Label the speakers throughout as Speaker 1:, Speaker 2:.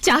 Speaker 1: 家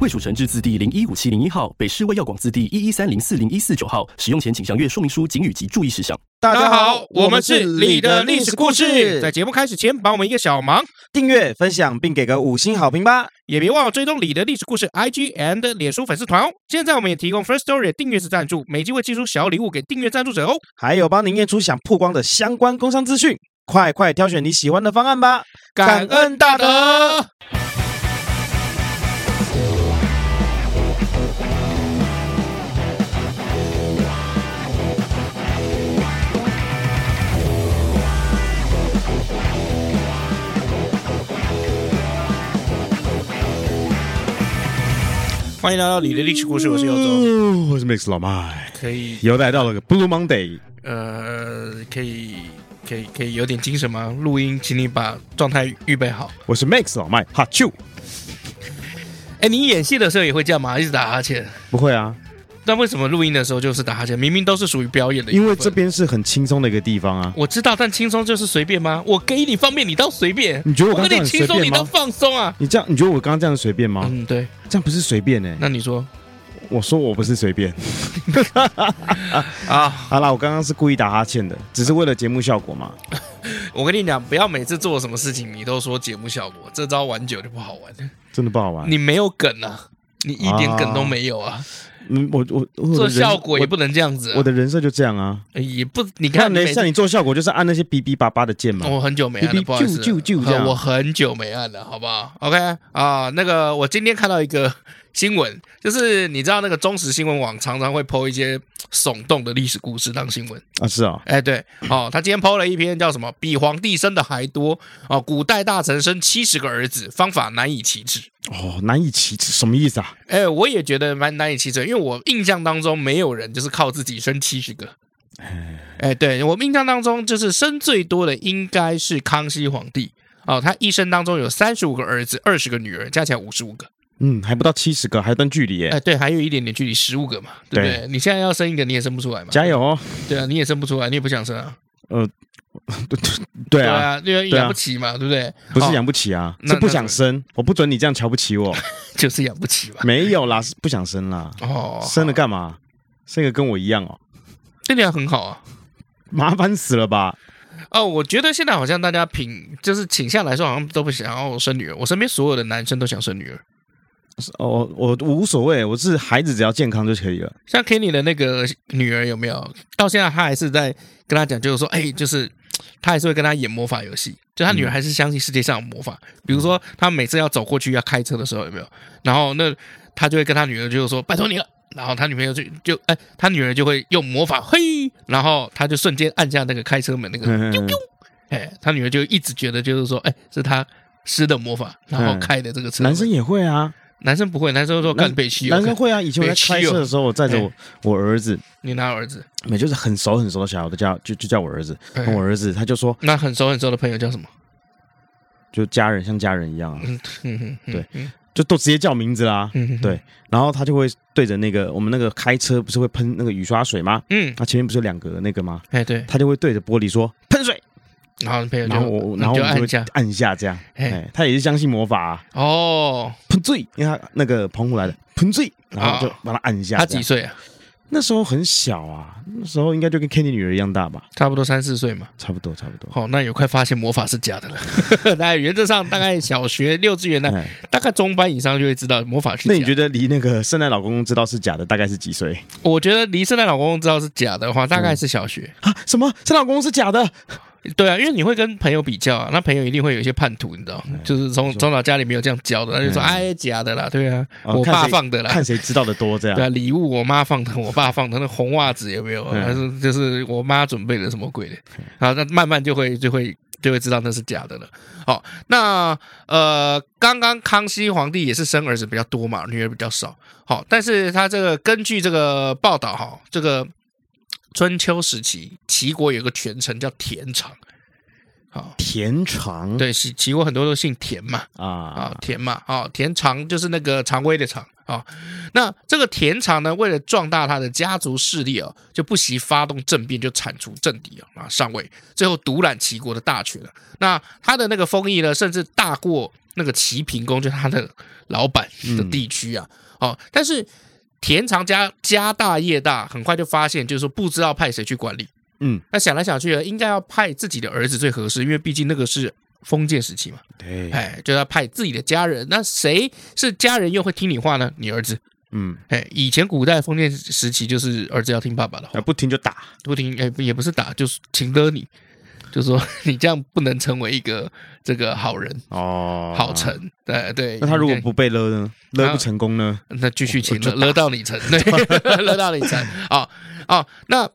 Speaker 2: 卫蜀成字字第零一五七零一号，北市卫药广字第一一三零四零一四九号。使用前请详阅说明书、警语及注意事项。
Speaker 3: 大家好，我们是你的历史故事。在节目开始前，帮我们一个小忙，
Speaker 4: 订阅、分享并给个五星好评吧。
Speaker 3: 也别忘了追踪你的历史故事 IG and 脸书粉丝团哦。现在我们也提供 First Story 的订阅式赞助，每集会寄出小礼物给订阅赞助者哦。
Speaker 4: 还有帮您验出想曝光的相关工商资讯，快快挑选你喜欢的方案吧。
Speaker 3: 感恩大德。欢迎来到你的历史故事，我是游总。
Speaker 5: 嗯，我是 Mix 老麦，
Speaker 3: 可以，
Speaker 5: 又来到了个 Blue Monday。
Speaker 3: 呃，可以，可以，可以有点精神吗？录音，请你把状态预备好。
Speaker 5: 我是 Mix 老麦，哈啾！
Speaker 3: 哎，你演戏的时候也会这样吗？一直打哈欠。
Speaker 5: 不会啊，
Speaker 3: 但为什么录音的时候就是打哈欠？明明都是属于表演的一部
Speaker 5: 因
Speaker 3: 分，
Speaker 5: 为这边是很轻松的一个地方啊。
Speaker 3: 我知道，但轻松就是随便吗？我给你方便，你倒随便。
Speaker 5: 你觉得我
Speaker 3: 我
Speaker 5: 刚
Speaker 3: 跟
Speaker 5: 刚这
Speaker 3: 你
Speaker 5: 样
Speaker 3: 轻
Speaker 5: 随
Speaker 3: 松，你
Speaker 5: 便
Speaker 3: 倒
Speaker 5: 吗？哦
Speaker 3: 放松啊。
Speaker 5: 你这样，你觉得我刚刚这样随便吗？
Speaker 3: 嗯，对。
Speaker 5: 这样不是随便呢、欸
Speaker 3: 那你说
Speaker 5: 我说我不是随便。
Speaker 3: 啊？
Speaker 5: 好啦，我刚刚是故意打哈欠的，只是为了节目效果嘛。
Speaker 3: 我跟你讲，不要每次做什么事情你都说节目效果，这招玩久就不好玩了。
Speaker 5: 真的不好玩。
Speaker 3: 你没有梗啊，你一点梗都没有啊。
Speaker 5: 嗯，我我我
Speaker 3: 做
Speaker 5: 的人
Speaker 3: 效果也不能这样子、啊
Speaker 5: 我，我的人设就这样啊。
Speaker 3: 也不，你
Speaker 5: 看
Speaker 3: 看
Speaker 5: 雷
Speaker 3: 每次
Speaker 5: 像你哦做效果就是按那些哔哔叭叭的键嘛。
Speaker 3: 我很久没按了，
Speaker 5: 哔哔
Speaker 3: 不好意思，
Speaker 5: 啾啾啾这样
Speaker 3: 我很久没按了，好不好？OK 啊，那个我今天看到一个新闻，就是你知道那个中时新闻网常常会 PO 一些耸动的历史故事当新闻，
Speaker 5: 啊，是啊、
Speaker 3: 哎，对，哦，他今天 PO 了一篇叫什么“比皇帝生的还多”哦，古代大臣生七十个儿子，方法难以启齿。
Speaker 5: 哦，哦，难以启齿，什么意思啊？
Speaker 3: 哎，我也觉得蛮难以启齿，因为我印象当中没有人就是靠自己生七十个。哎，对我印象当中，就是生最多的应该是康熙皇帝哦，他一生当中有三十五个儿子，二十个女儿，加起来五十五个。
Speaker 5: 嗯，还不到七十个，还有段距离耶。
Speaker 3: 哎，对，还有一点点距离，十五个嘛，对不对？你现在要生一个，你也生不出来嘛。
Speaker 5: 加油哦！
Speaker 3: 对啊，你也生不出来，你也不想生啊。
Speaker 5: 对
Speaker 3: 对
Speaker 5: 啊，
Speaker 3: 啊，因为
Speaker 5: 对啊
Speaker 3: 养不起嘛，对不对？
Speaker 5: 不是
Speaker 3: 哦
Speaker 5: 养不起啊，
Speaker 3: 那
Speaker 5: 是不想生。我不准你这样瞧不 起我。
Speaker 3: 就是养不起嘛。
Speaker 5: 没有啦，是不想生啦。
Speaker 3: 哦，
Speaker 5: 生了干嘛？生个跟我一样哦，
Speaker 3: 这点很好啊。
Speaker 5: 麻烦死了吧？
Speaker 3: 哦，我觉得现在好像大家品就是倾向来说，好像都不想要生女儿。我身边所有的男生都想生女儿。
Speaker 5: 哦，我我无所谓，我是孩子只要健康就可以了。
Speaker 3: 像 Kenny 的那个女儿有没有？到现在他还是在跟他讲，就是说，哎、就是他还是会跟他演魔法游戏。就他女儿还是相信世界上有魔法，比如说他每次要走过去要开车的时候有没有？然后那他就会跟他女儿就是说，拜托你了。然后他女朋友就就哎、他女儿就会用魔法嘿，然后他就瞬间按下那个开车门那个
Speaker 5: 嗯嗯
Speaker 3: 哎，他女儿就一直觉得就是说，哎，是他施的魔法，然后
Speaker 5: 嗯
Speaker 3: 开的这个车。
Speaker 5: 男生也会啊，
Speaker 3: 男生不会，男生说干
Speaker 5: 男
Speaker 3: 北汽油，
Speaker 5: 男生会啊。以前我在
Speaker 3: 北汽哦
Speaker 5: 开车的时候，我载着我我儿子，
Speaker 3: 你拿儿子，
Speaker 5: 没就是很熟很熟的小孩，我都叫就就叫我儿子。
Speaker 3: 哎
Speaker 5: 我儿子他就说，
Speaker 3: 那很熟很熟的朋友叫什么？
Speaker 5: 就家人像家人一样啊，
Speaker 3: 嗯嗯嗯，
Speaker 5: 对
Speaker 3: 嗯，
Speaker 5: 就都直接叫名字啦。
Speaker 3: 嗯，
Speaker 5: 对，然后他就会对着那个我们那个开车不是会喷那个雨刷水吗？
Speaker 3: 嗯，
Speaker 5: 那前面不是有两格那个吗？
Speaker 3: 哎对，
Speaker 5: 他就会对着玻璃说喷水，
Speaker 3: 然后朋友就
Speaker 5: 然后我
Speaker 3: 你
Speaker 5: 然后
Speaker 3: 就
Speaker 5: 我们
Speaker 3: 按
Speaker 5: 就
Speaker 3: 一
Speaker 5: 会
Speaker 3: 下，
Speaker 5: 按一下这样，
Speaker 3: 嘿
Speaker 5: 哎，他也是相信魔法啊，
Speaker 3: 哦，
Speaker 5: 喷醉，因为他那个澎湖来的喷醉，然后就
Speaker 3: 啊
Speaker 5: 把他按一下。
Speaker 3: 他几？岁啊？
Speaker 5: 那时候很小啊，那时候应该就跟 Kenny 女儿一样大吧，
Speaker 3: 差不多三四岁嘛。
Speaker 5: 差不多差不多。
Speaker 3: 哦，那有快发现魔法是假的了。 那原则上大概小学六稚园呢，
Speaker 5: 哎，
Speaker 3: 大概中班以上就会知道魔法是
Speaker 5: 那
Speaker 3: 假
Speaker 5: 你觉
Speaker 3: 的。
Speaker 5: 得离那个圣诞老公公知道是假的，大概是几岁
Speaker 3: 我觉得离圣诞老公公知道是假的话，大概是小学。
Speaker 5: 啊？什么？圣诞老公公是假的？
Speaker 3: 对啊，因为你会跟朋友比较啊，那朋友一定会有一些叛徒，你知道，
Speaker 5: 哎
Speaker 3: 就是从从小家里没有这样教的，他就说哎假的啦，对啊，
Speaker 5: 哦
Speaker 3: 我
Speaker 5: 看
Speaker 3: 爸
Speaker 5: 谁
Speaker 3: 放的啦，
Speaker 5: 看谁知道的多这
Speaker 3: 对啊，
Speaker 5: 样。
Speaker 3: 礼物我妈放的，我爸放的，那红袜子有没有？
Speaker 5: 嗯
Speaker 3: 还是就是我妈准备的什么鬼的？
Speaker 5: 哎
Speaker 3: 啊，那慢慢就会就会就会知道那是假的了。好，那呃，刚刚康熙皇帝也是生儿子比较多嘛，女儿比较少。好，但是他这个根据这个报道哈，这个春秋时期，齐国有个权臣叫田常，好，
Speaker 5: 田常
Speaker 3: 对，齐齐国很多都姓田嘛，啊
Speaker 5: 啊，，
Speaker 3: 田嘛，啊，田常就是那个常威的常啊。那这个田常呢，为了壮大他的家族势力啊，就不惜发动政变，就铲除政敌啊，啊上位，最后独揽齐国的大权了。那他的那个封邑呢，甚至大过那个齐平公，就是他的老板
Speaker 5: 嗯
Speaker 3: 的地区啊。哦，但是田常家家大业大，很快就发现，就是说不知道派谁去管理。
Speaker 5: 嗯，
Speaker 3: 那想来想去呢，啊应该要派自己的儿子最合适，因为毕竟那个是封建时期嘛。
Speaker 5: 对，
Speaker 3: 哎，就要派自己的家人。那谁是家人又会听你话呢？你儿子。
Speaker 5: 嗯，
Speaker 3: 哎，以前古代封建时期就是儿子要听爸爸的话
Speaker 5: 啊，，不听就打，
Speaker 3: 不听哎也不是打，就是请了你，就说你这样不能成为一个这个好人、
Speaker 5: 哦，
Speaker 3: 好。臣。对对，
Speaker 5: 那他如果
Speaker 3: 你
Speaker 5: 不被勒呢？勒不成功呢？
Speaker 3: 那继续请
Speaker 5: 我
Speaker 3: 勒
Speaker 5: 就
Speaker 3: 勒到你成，对， 勒到你成啊啊！那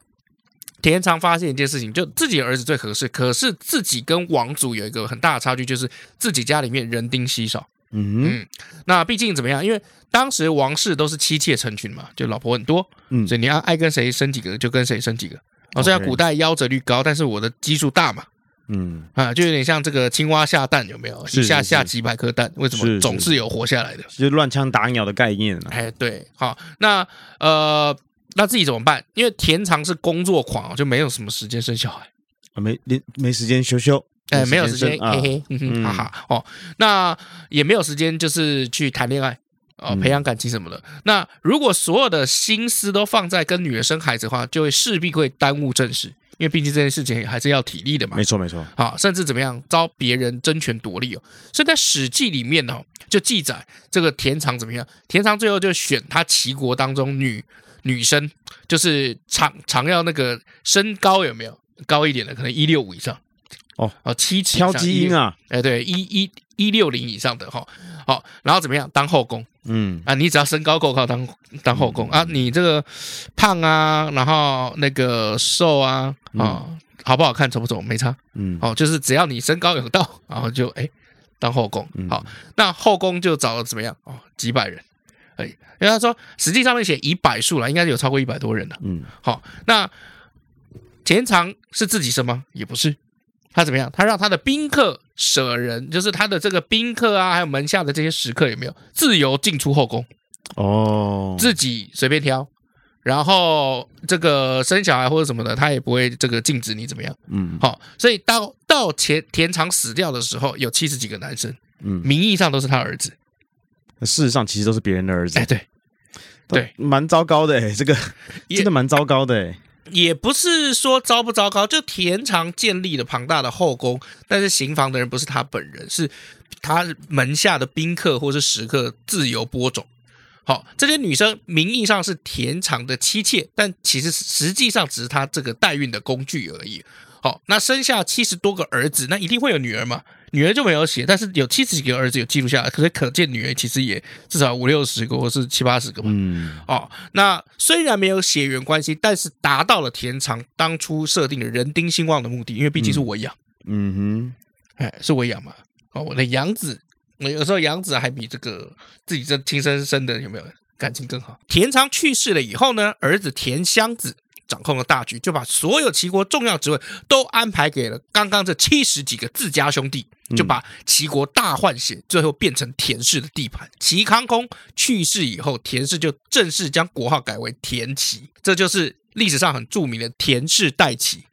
Speaker 3: 田常发现一件事情，就自己的儿子最合适，可是自己跟王族有一个很大的差距，就是自己家里面人丁稀少。
Speaker 5: 嗯
Speaker 3: 那毕竟怎么样？因为当时王室都是妻妾成群嘛，就老婆很多，
Speaker 5: 嗯
Speaker 3: 所以你要爱跟谁生几个就跟谁生几个。哦，虽然
Speaker 5: OK
Speaker 3: 古代夭折率高，但是我的基数大嘛，
Speaker 5: 嗯，
Speaker 3: 啊，就有点像这个青蛙下蛋，有没有？
Speaker 5: 是
Speaker 3: 一下
Speaker 5: 是
Speaker 3: 下几百颗蛋，为什
Speaker 5: 是
Speaker 3: 么
Speaker 5: 是
Speaker 3: 总是有活下来的？
Speaker 5: 就是乱枪打鸟的概念啊。
Speaker 3: 哎，对，好，那呃，那自己怎么办？因为田常是工作狂，就没有什么时间生小孩。
Speaker 5: 啊没连没时间修修，
Speaker 3: 哎，没有时间，
Speaker 5: 生啊
Speaker 3: 嘿。嘿，嗯哼，
Speaker 5: 嗯
Speaker 3: 哈哈，哦，那也没有时间，就是去谈恋爱，哦，
Speaker 5: 嗯
Speaker 3: 培养感情什么的。那如果所有的心思都放在跟女儿生孩子的话，就会势必会耽误正事，因为毕竟这件事情还是要体力的嘛
Speaker 5: 没。错没错，
Speaker 3: 啊，甚至怎么样遭别人争权夺利哦。所以在《史记》里面哦，就记载这个田常怎么样，田常最后就选他齐国当中女女生，就是常常要那个身高有没有高一点的，可能一六五以上。
Speaker 5: 哦
Speaker 3: 哦，七尺以
Speaker 5: 挑
Speaker 3: 上
Speaker 5: 基因，啊，
Speaker 3: 哎，对，一一一六零以上的哈，好、然后怎么样当后宫
Speaker 5: 嗯，
Speaker 3: 啊？你只要身高够高当当后宫啊，你这个胖啊，然后那个瘦啊啊、好不好看丑不丑没差，
Speaker 5: 嗯，
Speaker 3: 哦，就是只要你身高有到，然后就哎当后宫。
Speaker 5: 嗯
Speaker 3: 好，那后宫就找了怎么样？哦，几百人。哎，因为他说实际上面写以百数了，应该有超过一百多人了。
Speaker 5: 嗯，
Speaker 3: 好，那田常是自己生吗？也不是，他怎么样？他让他的宾客舍人，就是他的这个宾客啊，还有门下的这些食客有没有自由进出后宫，
Speaker 5: 哦，
Speaker 3: 自己随便挑。然后这个生小孩或者什么的，他也不会这个禁止你怎么样。
Speaker 5: 嗯
Speaker 3: 好、所以到到田田常死掉的时候，有七十几个男生，
Speaker 5: 嗯，
Speaker 3: 名义上都是他儿子。
Speaker 5: 事实上其实都是别人的儿子
Speaker 3: 哎，，对，对，
Speaker 5: 蛮糟糕的哎，这个
Speaker 3: 也
Speaker 5: 真的蛮糟糕的哎，
Speaker 3: 也不是说糟不糟糕，就田常建立了庞大的后宫，但是行房的人不是他本人，是他门下的宾客或是食客自由播种。好，这些女生名义上是田常的妻妾，但其实实际上只是他这个代孕的工具而已。好，那生下七十多个儿子，那一定会有女儿嘛？女儿就没有写，但是有七十几个儿子有记录下来，可是可见女儿其实也至少五六十个或是七八十个吧。
Speaker 5: 嗯，
Speaker 3: 哦，那虽然没有血缘关系，但是达到了田常当初设定的人丁兴旺的目的，因为毕竟是我养，
Speaker 5: 嗯
Speaker 3: 哎，是我养嘛，哦，我的养子，我有时候养子还比这个自己这亲生生的有没有感情更好。田常去世了以后呢，儿子田襄子掌控了大局，就把所有齐国重要职位都安排给了刚刚这七十几个自家兄弟，就把齐国大换血，最后变成田氏的地盘。齐康公去世以后，田氏就正式将国号改为田齐，这就是历史上很著名的田氏代齐。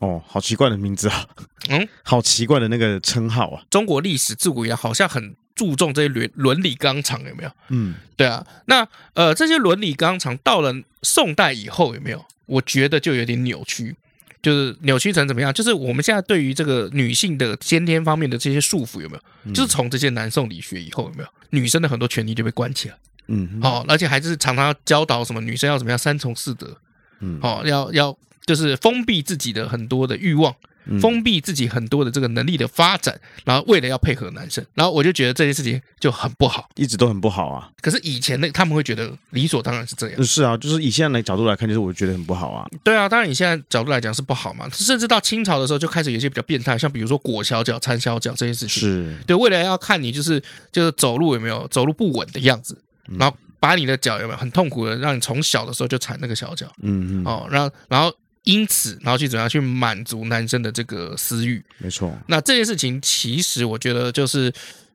Speaker 5: 哼，哦，好奇怪的名字啊，
Speaker 3: 嗯，
Speaker 5: 好奇怪的那个称号啊，
Speaker 3: 中国历史自古以来好像很注重这些伦伦理纲常，有没有？
Speaker 5: 嗯，
Speaker 3: 对啊，那呃，这些伦理纲常到了宋代以后，有没有？我觉得就有点扭曲，就是扭曲成怎么样？就是我们现在对于这个女性的先天方面的这些束缚，有没有？就是从这些南宋理学以后，有没有？女生的很多权利就被关起来，
Speaker 5: 嗯哼，
Speaker 3: 哦，而且还是常常教导什么女生要怎么样三从四德，
Speaker 5: 嗯
Speaker 3: 哦，要要就是封闭自己的很多的欲望，
Speaker 5: 嗯
Speaker 3: 封闭自己很多的这个能力的发展，然后为了要配合男生，然后我就觉得这件事情就很不好。
Speaker 5: 一直都很不好啊，
Speaker 3: 可是以前那他们会觉得理所当然是这样，
Speaker 5: 是啊，就是以现在的角度来看，就是我觉得很不好啊，
Speaker 3: 对啊，当然以现在角度来讲是不好嘛，甚至到清朝的时候就开始有一些比较变态，像比如说裹小脚、缠小脚这些事情，
Speaker 5: 是，
Speaker 3: 对，为了要看你就是就是走路有没有走路不稳的样子，然后把你的脚有没有很痛苦的，让你从小的时候就缠那个小脚
Speaker 5: 嗯嗯，
Speaker 3: 哦，然后然后因此然后去怎样去满足男生的这个私欲，
Speaker 5: 没错，
Speaker 3: 那这件事情其实我觉得就是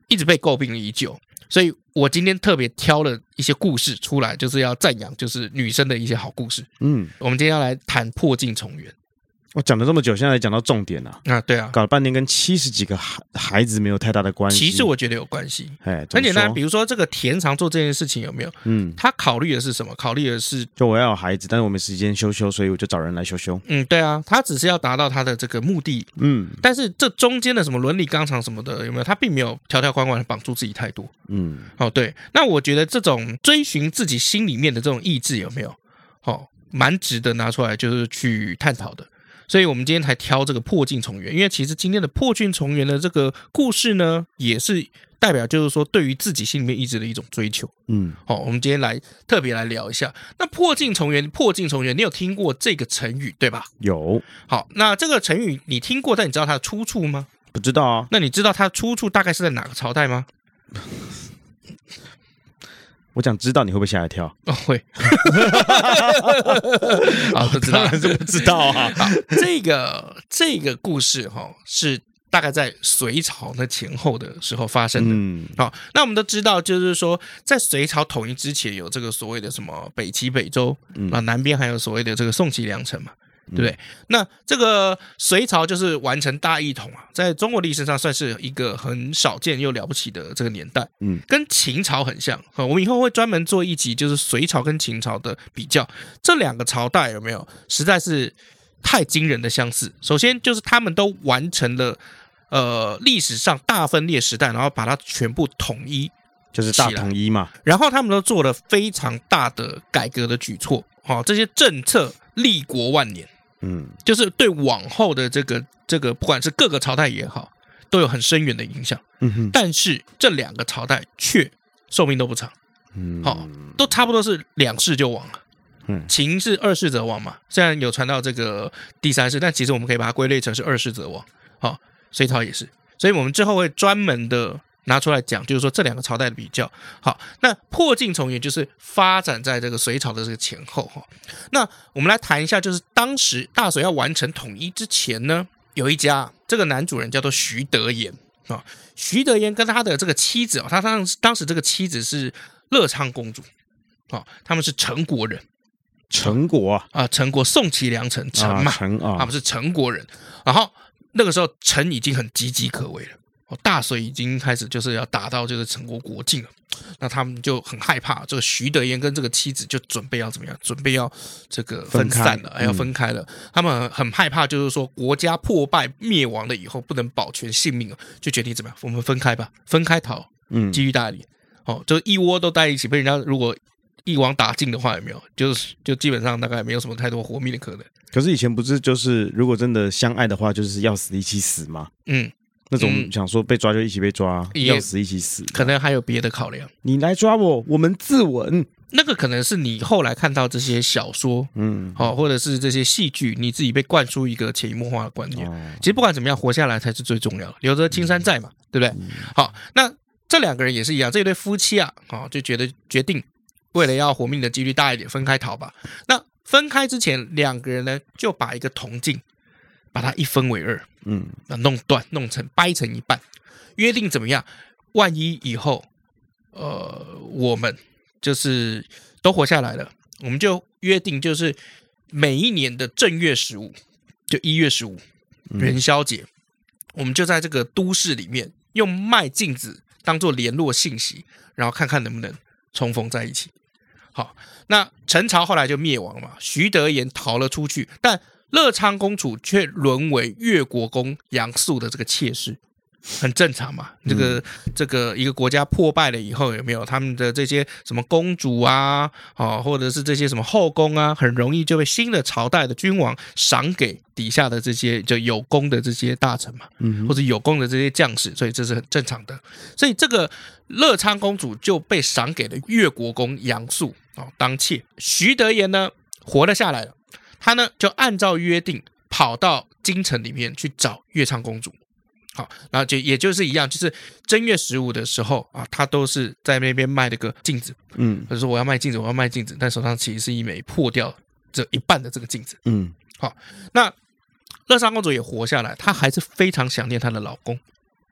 Speaker 3: 一直被诟病已久，所以我今天特别挑了一些故事出来，就是要赞扬就是女生的一些好故事。
Speaker 5: 嗯，
Speaker 3: 我们今天要来谈破镜重圆
Speaker 5: 我讲了这么久，现在才讲到重点了、
Speaker 3: 啊，对啊，
Speaker 5: 搞了半天跟七十几个孩孩子没有太大的关系。
Speaker 3: 其实我觉得有关系，
Speaker 5: 哎，
Speaker 3: 很
Speaker 5: 怎么
Speaker 3: 简单，
Speaker 5: 说
Speaker 3: 比如说这个田常做这件事情有没有？
Speaker 5: 嗯，
Speaker 3: 他考虑的是什么？考虑的是，
Speaker 5: 就我要有孩子，但是我没时间修修，所以我就找人来修修。
Speaker 3: 嗯，对啊，他只是要达到他的这个目的，
Speaker 5: 嗯
Speaker 3: 但是这中间的什么伦理纲常什么的，有没有？他并没有条条框框地绑住自己太多。
Speaker 5: 嗯，
Speaker 3: 哦，对，那我觉得这种追寻自己心里面的这种意志有没有？哦，蛮值得拿出来就是去探讨的。所以我们今天才挑这个破镜重圆，因为其实今天的破镜重圆的这个故事呢，也是代表就是说对于自己心里面意志的一种追求。
Speaker 5: 嗯，
Speaker 3: 哦，我们今天来特别来聊一下那破镜重圆。破镜重圆，你有听过这个成语对吧？
Speaker 5: 有
Speaker 3: 好，那这个成语你听过，但你知道它的出处吗？
Speaker 5: 不知道啊？
Speaker 3: 那你知道它出处大概是在哪个朝代吗？
Speaker 5: 我想知道你会不会吓一跳？
Speaker 3: 哦， 会。啊，不知道，
Speaker 5: 是不知道啊。
Speaker 3: 好，这个这个故事哈、是大概在隋朝那前后的时候发生的。
Speaker 5: 嗯
Speaker 3: 好、那我们都知道，就是说，在隋朝统一之前，有这个所谓的什么北齐、北周，
Speaker 5: 嗯
Speaker 3: 那南边还有所谓的这个宋齐梁陈嘛，对不对？那这个隋朝就是完成大一统啊，在中国历史上算是一个很少见又了不起的这个年代，
Speaker 5: 嗯，
Speaker 3: 跟秦朝很像。哈我们以后会专门做一集，就是隋朝跟秦朝的比较，这两个朝代有没有实在是太惊人的相似？首先就是他们都完成了。呃，历史上大分裂时代，然后把它全部统一
Speaker 5: 就是大统一嘛。
Speaker 3: 然后他们都做了非常大的改革的举措，好、这些政策立国万年，
Speaker 5: 嗯
Speaker 3: 就是对往后的这个这个，不管是各个朝代也好，都有很深远的影响。
Speaker 5: 嗯哼
Speaker 3: 但是这两个朝代却寿命都不长，
Speaker 5: 嗯
Speaker 3: 好、都差不多是两世就亡了。
Speaker 5: 嗯
Speaker 3: 秦是二世则亡嘛，虽然有传到这个第三世，但其实我们可以把它归类成是二世则亡。好、隋朝也是，所以我们之后会专门的拿出来讲，就是说这两个朝代的比较。好，那破镜重圆就是发展在这个隋朝的这个前后哈、那我们来谈一下，就是当时大隋要完成统一之前呢，有一家这个男主人叫做徐德言啊、徐德言跟他的这个妻子啊、他当时当时这个妻子是乐昌公主。哦，他们是陈国人
Speaker 5: 陈果啊，
Speaker 3: 啊、陈国宋齐梁陈陈
Speaker 5: 啊
Speaker 3: 嘛，
Speaker 5: 陈
Speaker 3: 他
Speaker 5: 啊
Speaker 3: 们，是陈国人。然后那个时候陈已经很岌岌可危了，哦，大隋已经开始就是要打到就是陈国国境了。那他们就很害怕，这个徐德言跟这个妻子就准备要怎么样？准备要这个分散了，
Speaker 5: 分开
Speaker 3: 哎要分开了。他们很害怕，就是说国家破败灭亡了以后不能保全性命了，就决定怎么样？我们分开吧，分开逃。
Speaker 5: 嗯
Speaker 3: 基于大理，哦，就一窝都待一起，被人家如果一网打尽的话，有没有？就是就基本上大概没有什么太多活命的可能。
Speaker 5: 可是以前不是就是，如果真的相爱的话，就是要死一起死嘛。
Speaker 3: 嗯，
Speaker 5: 那种
Speaker 3: 嗯
Speaker 5: 想说被抓就一起被抓，
Speaker 3: 也
Speaker 5: 要死一起死。
Speaker 3: 可能还有别的考量，
Speaker 5: 你来抓我，我们自刎。
Speaker 3: 那个可能是你后来看到这些小说，
Speaker 5: 嗯，
Speaker 3: 哦，或者是这些戏剧，你自己被灌输一个潜移默化的观念。
Speaker 5: 哦嗯
Speaker 3: 其实不管怎么样，活下来才是最重要的，留着青山在嘛，对不对？好，那这两个人也是一样，这对夫妻啊，哦，就觉得决定为了要活命的几率大一点，分开逃吧。那分开之前，两个人呢就把一个铜镜把它一分为二，
Speaker 5: 嗯，
Speaker 3: 那弄断，弄成掰成一半，约定怎么样？万一以后，呃，我们就是都活下来了，我们就约定，就是每一年的正月十五，就一月十五元宵节，我们就在这个都市里面用卖镜子当做联络信息，然后看看能不能重逢在一起。好，那陈朝后来就灭亡了嘛，徐德言逃了出去，但乐昌公主却沦为越国公杨素的这个妾室，很正常嘛。这个、这个一个国家破败了以后，有没有他们的这些什么公主啊，哦，或者是这些什么后宫啊，很容易就被新的朝代的君王赏给底下的这些就有功的这些大臣嘛，
Speaker 5: 嗯
Speaker 3: 或者有功的这些将士，所以这是很正常的。所以这个乐昌公主就被赏给了越国公杨素哦当妾。徐德言呢活了下来了，他呢就按照约定跑到京城里面去找乐昌公主。好，然后就也就是一样，就是正月十五的时候啊，他都是在那边卖那个镜子，
Speaker 5: 嗯
Speaker 3: 他就说我要卖镜子，我要卖镜子，但手上其实是一枚破掉这一半的这个镜子。
Speaker 5: 嗯
Speaker 3: 那乐莎公主也活下来，她还是非常想念她的老公。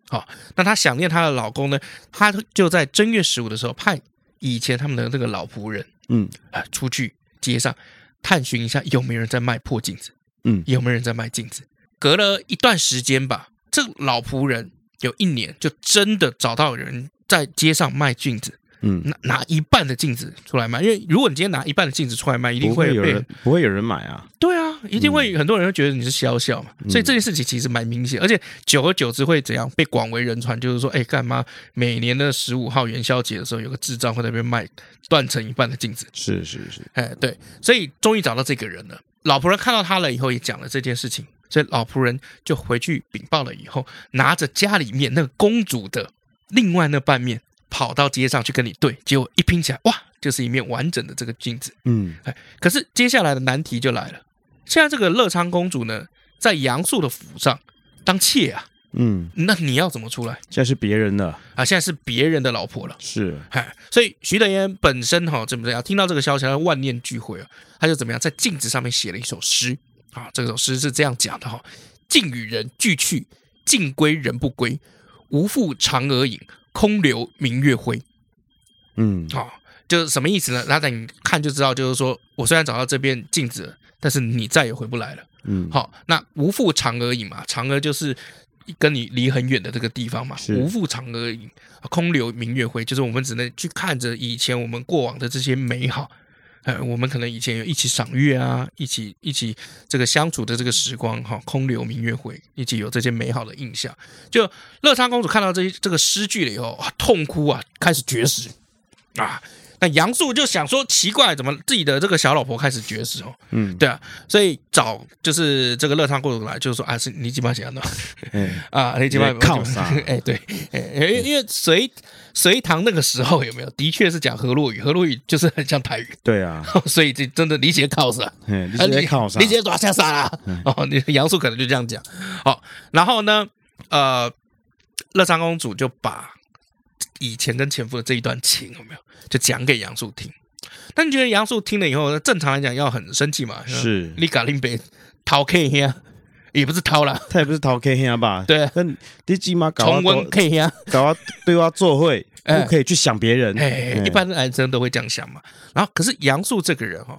Speaker 3: 好、那她想念她的老公呢，她就在正月十五的时候派以前他们的那个老仆人
Speaker 5: 嗯
Speaker 3: 啊、出去街上探寻一下有没有人在卖破镜子，
Speaker 5: 嗯
Speaker 3: 有没有人在卖镜子。隔了一段时间吧，这个老仆人有一年就真的找到有人在街上卖镜子，
Speaker 5: 嗯，
Speaker 3: 拿拿一半的镜子出来卖。因为如果你今天拿一半的镜子出来卖，一定
Speaker 5: 不嗯会有
Speaker 3: 被
Speaker 5: 人不会有人买啊，
Speaker 3: 对啊，一定会很多人会觉得你是肖笑嘛，
Speaker 5: 嗯
Speaker 3: 所以这件事情其实蛮明显，而且久而久之会怎样被广为人传，就是说，哎，干嘛每年的十五号元宵节的时候，有个智障会在那边卖断成一半的镜子，
Speaker 5: 是是是，
Speaker 3: 哎，对，所以终于找到这个人了。老仆人看到他了以后，也讲了这件事情，所以老仆人就回去禀报了以后，拿着家里面那个公主的另外那半面，跑到街上去跟你对，结果一拼起来，哇，就是一面完整的这个镜子。
Speaker 5: 嗯
Speaker 3: 可是接下来的难题就来了，现在这个乐昌公主呢，在杨素的府上当妾啊，
Speaker 5: 嗯，
Speaker 3: 那你要怎么出来
Speaker 5: 现在是别人的，
Speaker 3: 啊？现在是别人的老婆了。
Speaker 5: 是
Speaker 3: 哎，所以徐德言本身哈、怎么样？听到这个消息，他万念俱灰啊，他就怎么样，在镜子上面写了一首诗啊。这首诗是这样讲的哈、镜与人俱去，镜归人不归，无复嫦娥影，空留明月辉。
Speaker 5: 嗯
Speaker 3: 哦，就是什么意思呢？那等你看就知道，就是说我虽然找到这边镜子了，但是你再也回不来了。
Speaker 5: 嗯
Speaker 3: 好、那无复嫦娥影嘛，嫦娥就是跟你离很远的这个地方嘛，
Speaker 5: 是
Speaker 3: 无复嫦娥影，啊空留明月辉，就是我们只能去看着以前我们过往的这些美好。呃，我们可能以前有一起赏月啊，一起一起这个相处的这个时光哈、空留明月辉，一起有这些美好的印象。就乐昌公主看到这这个诗句了以后，啊，痛哭啊，开始绝食啊。那杨素就想说，奇怪，怎么自己的这个小老婆开始绝食哦？
Speaker 5: 嗯，
Speaker 3: 对啊，所以找就是这个乐昌过来，就是说啊，是你鸡巴想的
Speaker 5: 哎
Speaker 3: 啊，你鸡巴
Speaker 5: 你在靠啥
Speaker 3: 哎，对，哎，因为因为隋隋唐那个时候有没有，的确是讲河洛语，河洛语就是很像台语，
Speaker 5: 对啊，
Speaker 3: 所以这真的理解靠啥。
Speaker 5: 哎，你
Speaker 3: 啊
Speaker 5: 是在靠嗯啥
Speaker 3: 你？直接抓下山啦、哦，你杨素可能就这样讲。好，然后呢，呃，乐昌公主就把以前跟前夫的这一段情有没有，就讲给杨素听。但你觉得杨素听了以后，呢，正常来讲要很生气嘛？
Speaker 5: 是
Speaker 3: 你搞林北逃 K 呀，也不是逃啦，
Speaker 5: 他也不是逃 K 兄吧？
Speaker 3: 对 啊
Speaker 5: 但你起码搞
Speaker 3: 重
Speaker 5: 我
Speaker 3: 温 K 呀。
Speaker 5: 搞啊对我做 会，
Speaker 3: 哎
Speaker 5: 不可以去想别人。
Speaker 3: 哎，一般的男生都会这样想嘛。然后，可是杨素这个人哈、哦，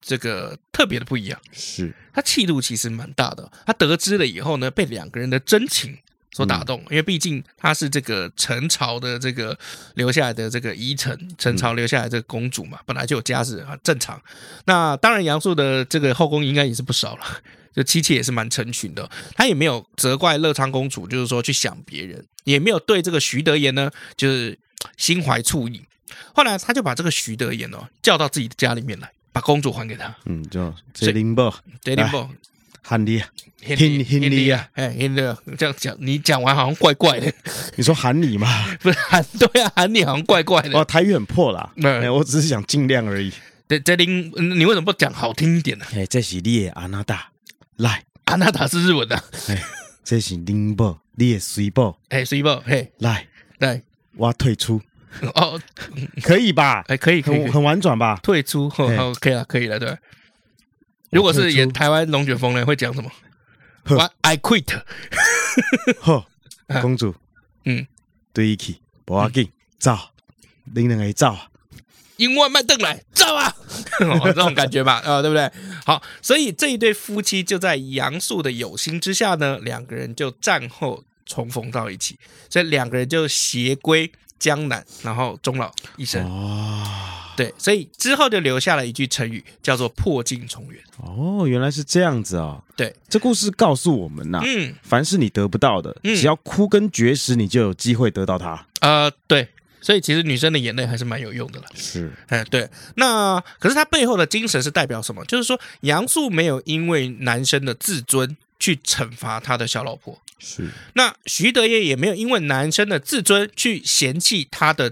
Speaker 3: 这个特别的不一样。
Speaker 5: 是
Speaker 3: 他气度其实蛮大的。他得知了以后呢，被两个人的真情所打动，因为毕竟她是这个陈朝的这个留下来的这个遗臣，陈朝留下来的这个公主嘛，本来就有家世啊，正常。那当然，杨素的这个后宫应该也是不少了。 就妻妾也是蛮成群的，她也没有责怪乐昌公主，就是说去想别人，也没有对这个徐德言呢，就是心怀醋意。后来，他就把这个徐德言哦叫到自己的家里面来，把公主还给他。
Speaker 5: 嗯，就
Speaker 3: 所以
Speaker 5: 这林宝
Speaker 3: 对，林宝，
Speaker 5: 喊你啊，
Speaker 3: 亨
Speaker 5: 亨
Speaker 3: 亨利
Speaker 5: 利
Speaker 3: 啊，哎，亨利啊，这样讲，你讲完好像怪怪 的，
Speaker 5: 你说喊你 嘛？
Speaker 3: 不是喊对啊，喊你好像怪怪的。
Speaker 5: 哇，台语很破啦，
Speaker 3: 嗯
Speaker 5: 哎，我只是想尽量而已。
Speaker 3: 这这林，嗯你为什么不讲好听一点呢？
Speaker 5: 哎，这是你的阿娜达，来，
Speaker 3: 阿纳达是日文的，啊
Speaker 5: 这是林宝，你的水宝，
Speaker 3: 哎，随报，嘿，
Speaker 5: 来，
Speaker 3: 来，
Speaker 5: 我退出，
Speaker 3: 哦，
Speaker 5: 可以吧？
Speaker 3: 哎，可以，可以，
Speaker 5: 很
Speaker 3: 可以
Speaker 5: 很婉转吧？
Speaker 3: 退出，哦
Speaker 5: 哎
Speaker 3: 哦，可以了，可以了，对。如果是演
Speaker 5: 退出
Speaker 3: 台湾龙卷风呢，会讲什么？
Speaker 5: 呵
Speaker 3: 我 I quit，
Speaker 5: 好
Speaker 3: 啊，
Speaker 5: 公主，
Speaker 3: 嗯，
Speaker 5: 对起，不要紧，走，恁两个走啊，
Speaker 3: 英万麦邓来，走啊！ 哦这种感觉吧，啊、对不对？好，所以这一对夫妻就在杨素的有心之下呢，两个人就战后重逢到一起，所以两个人就携归江南，然后终老一生。
Speaker 5: 哦
Speaker 3: 对，所以之后就留下了一句成语，叫做“破镜重圆
Speaker 5: 哦，原来是这样子哦。
Speaker 3: 对，
Speaker 5: 这故事告诉我们呐”。，
Speaker 3: 嗯，
Speaker 5: 凡是你得不到的，
Speaker 3: 嗯
Speaker 5: 只要哭跟绝食，你就有机会得到它。
Speaker 3: 呃，对，所以其实女生的眼泪还是蛮有用的啦。
Speaker 5: 是，
Speaker 3: 哎，对，那可是他背后的精神是代表什么？就是说，杨素没有因为男生的自尊去惩罚他的小老婆，
Speaker 5: 是，
Speaker 3: 那徐德业也没有因为男生的自尊去嫌弃他的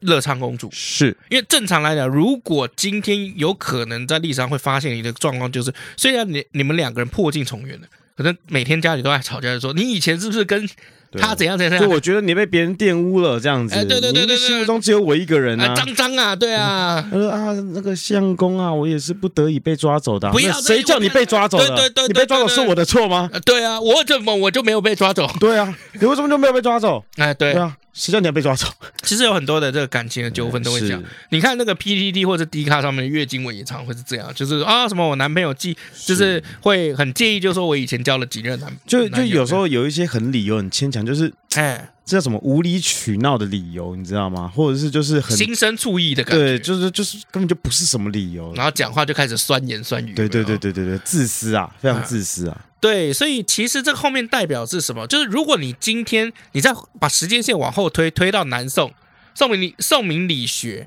Speaker 3: 乐昌公主，
Speaker 5: 是，
Speaker 3: 因为正常来讲，如果今天有可能在历史上会发现一个状况，就是虽然你你们两个人破镜重圆了，可能每天家里都在吵架，就说你以前是不是跟
Speaker 5: 对
Speaker 3: 他怎样怎样？
Speaker 5: 就我觉得你被别人玷污了这样子，
Speaker 3: 哎对对对
Speaker 5: 你
Speaker 3: 对对
Speaker 5: 心目中只有我一个人
Speaker 3: 啊
Speaker 5: 啊。
Speaker 3: 脏脏啊，对啊，
Speaker 5: 他说啊，那个相公啊，我也是不得已被抓走的啊、
Speaker 3: 不要
Speaker 5: 那谁叫你被抓走的？
Speaker 3: 对对对对
Speaker 5: 你被抓走是我的错吗？
Speaker 3: 啊对啊，我怎么我就没有被抓走？
Speaker 5: 对啊，你为什么就没有被抓走？
Speaker 3: 哎，对
Speaker 5: 对，啊，谁叫你要 被抓走？
Speaker 3: 其实有很多的这个感情的纠纷都会这样
Speaker 5: 是。
Speaker 3: 你看那个 PTT 或者 D 卡上面的月经文也常会是这样，就是啊什么我男朋友记，就是会很介意，就是说我以前交了几任男，
Speaker 5: 就就
Speaker 3: 男
Speaker 5: 有时候有一些很理由很牵强，就是
Speaker 3: 哎
Speaker 5: 这叫什么无理取闹的理由，你知道吗？或者是就是很
Speaker 3: 心生醋意的感觉，
Speaker 5: 对，就是就是根本就不是什么理由。
Speaker 3: 然后讲话就开始酸言酸语，
Speaker 5: 对对
Speaker 3: 有没有
Speaker 5: 对对对对，自私啊，非常自 私啊。
Speaker 3: 对，所以其实这个后面代表是什么？就是如果你今天你再把时间线往后推，推到南宋宋明理宋明理学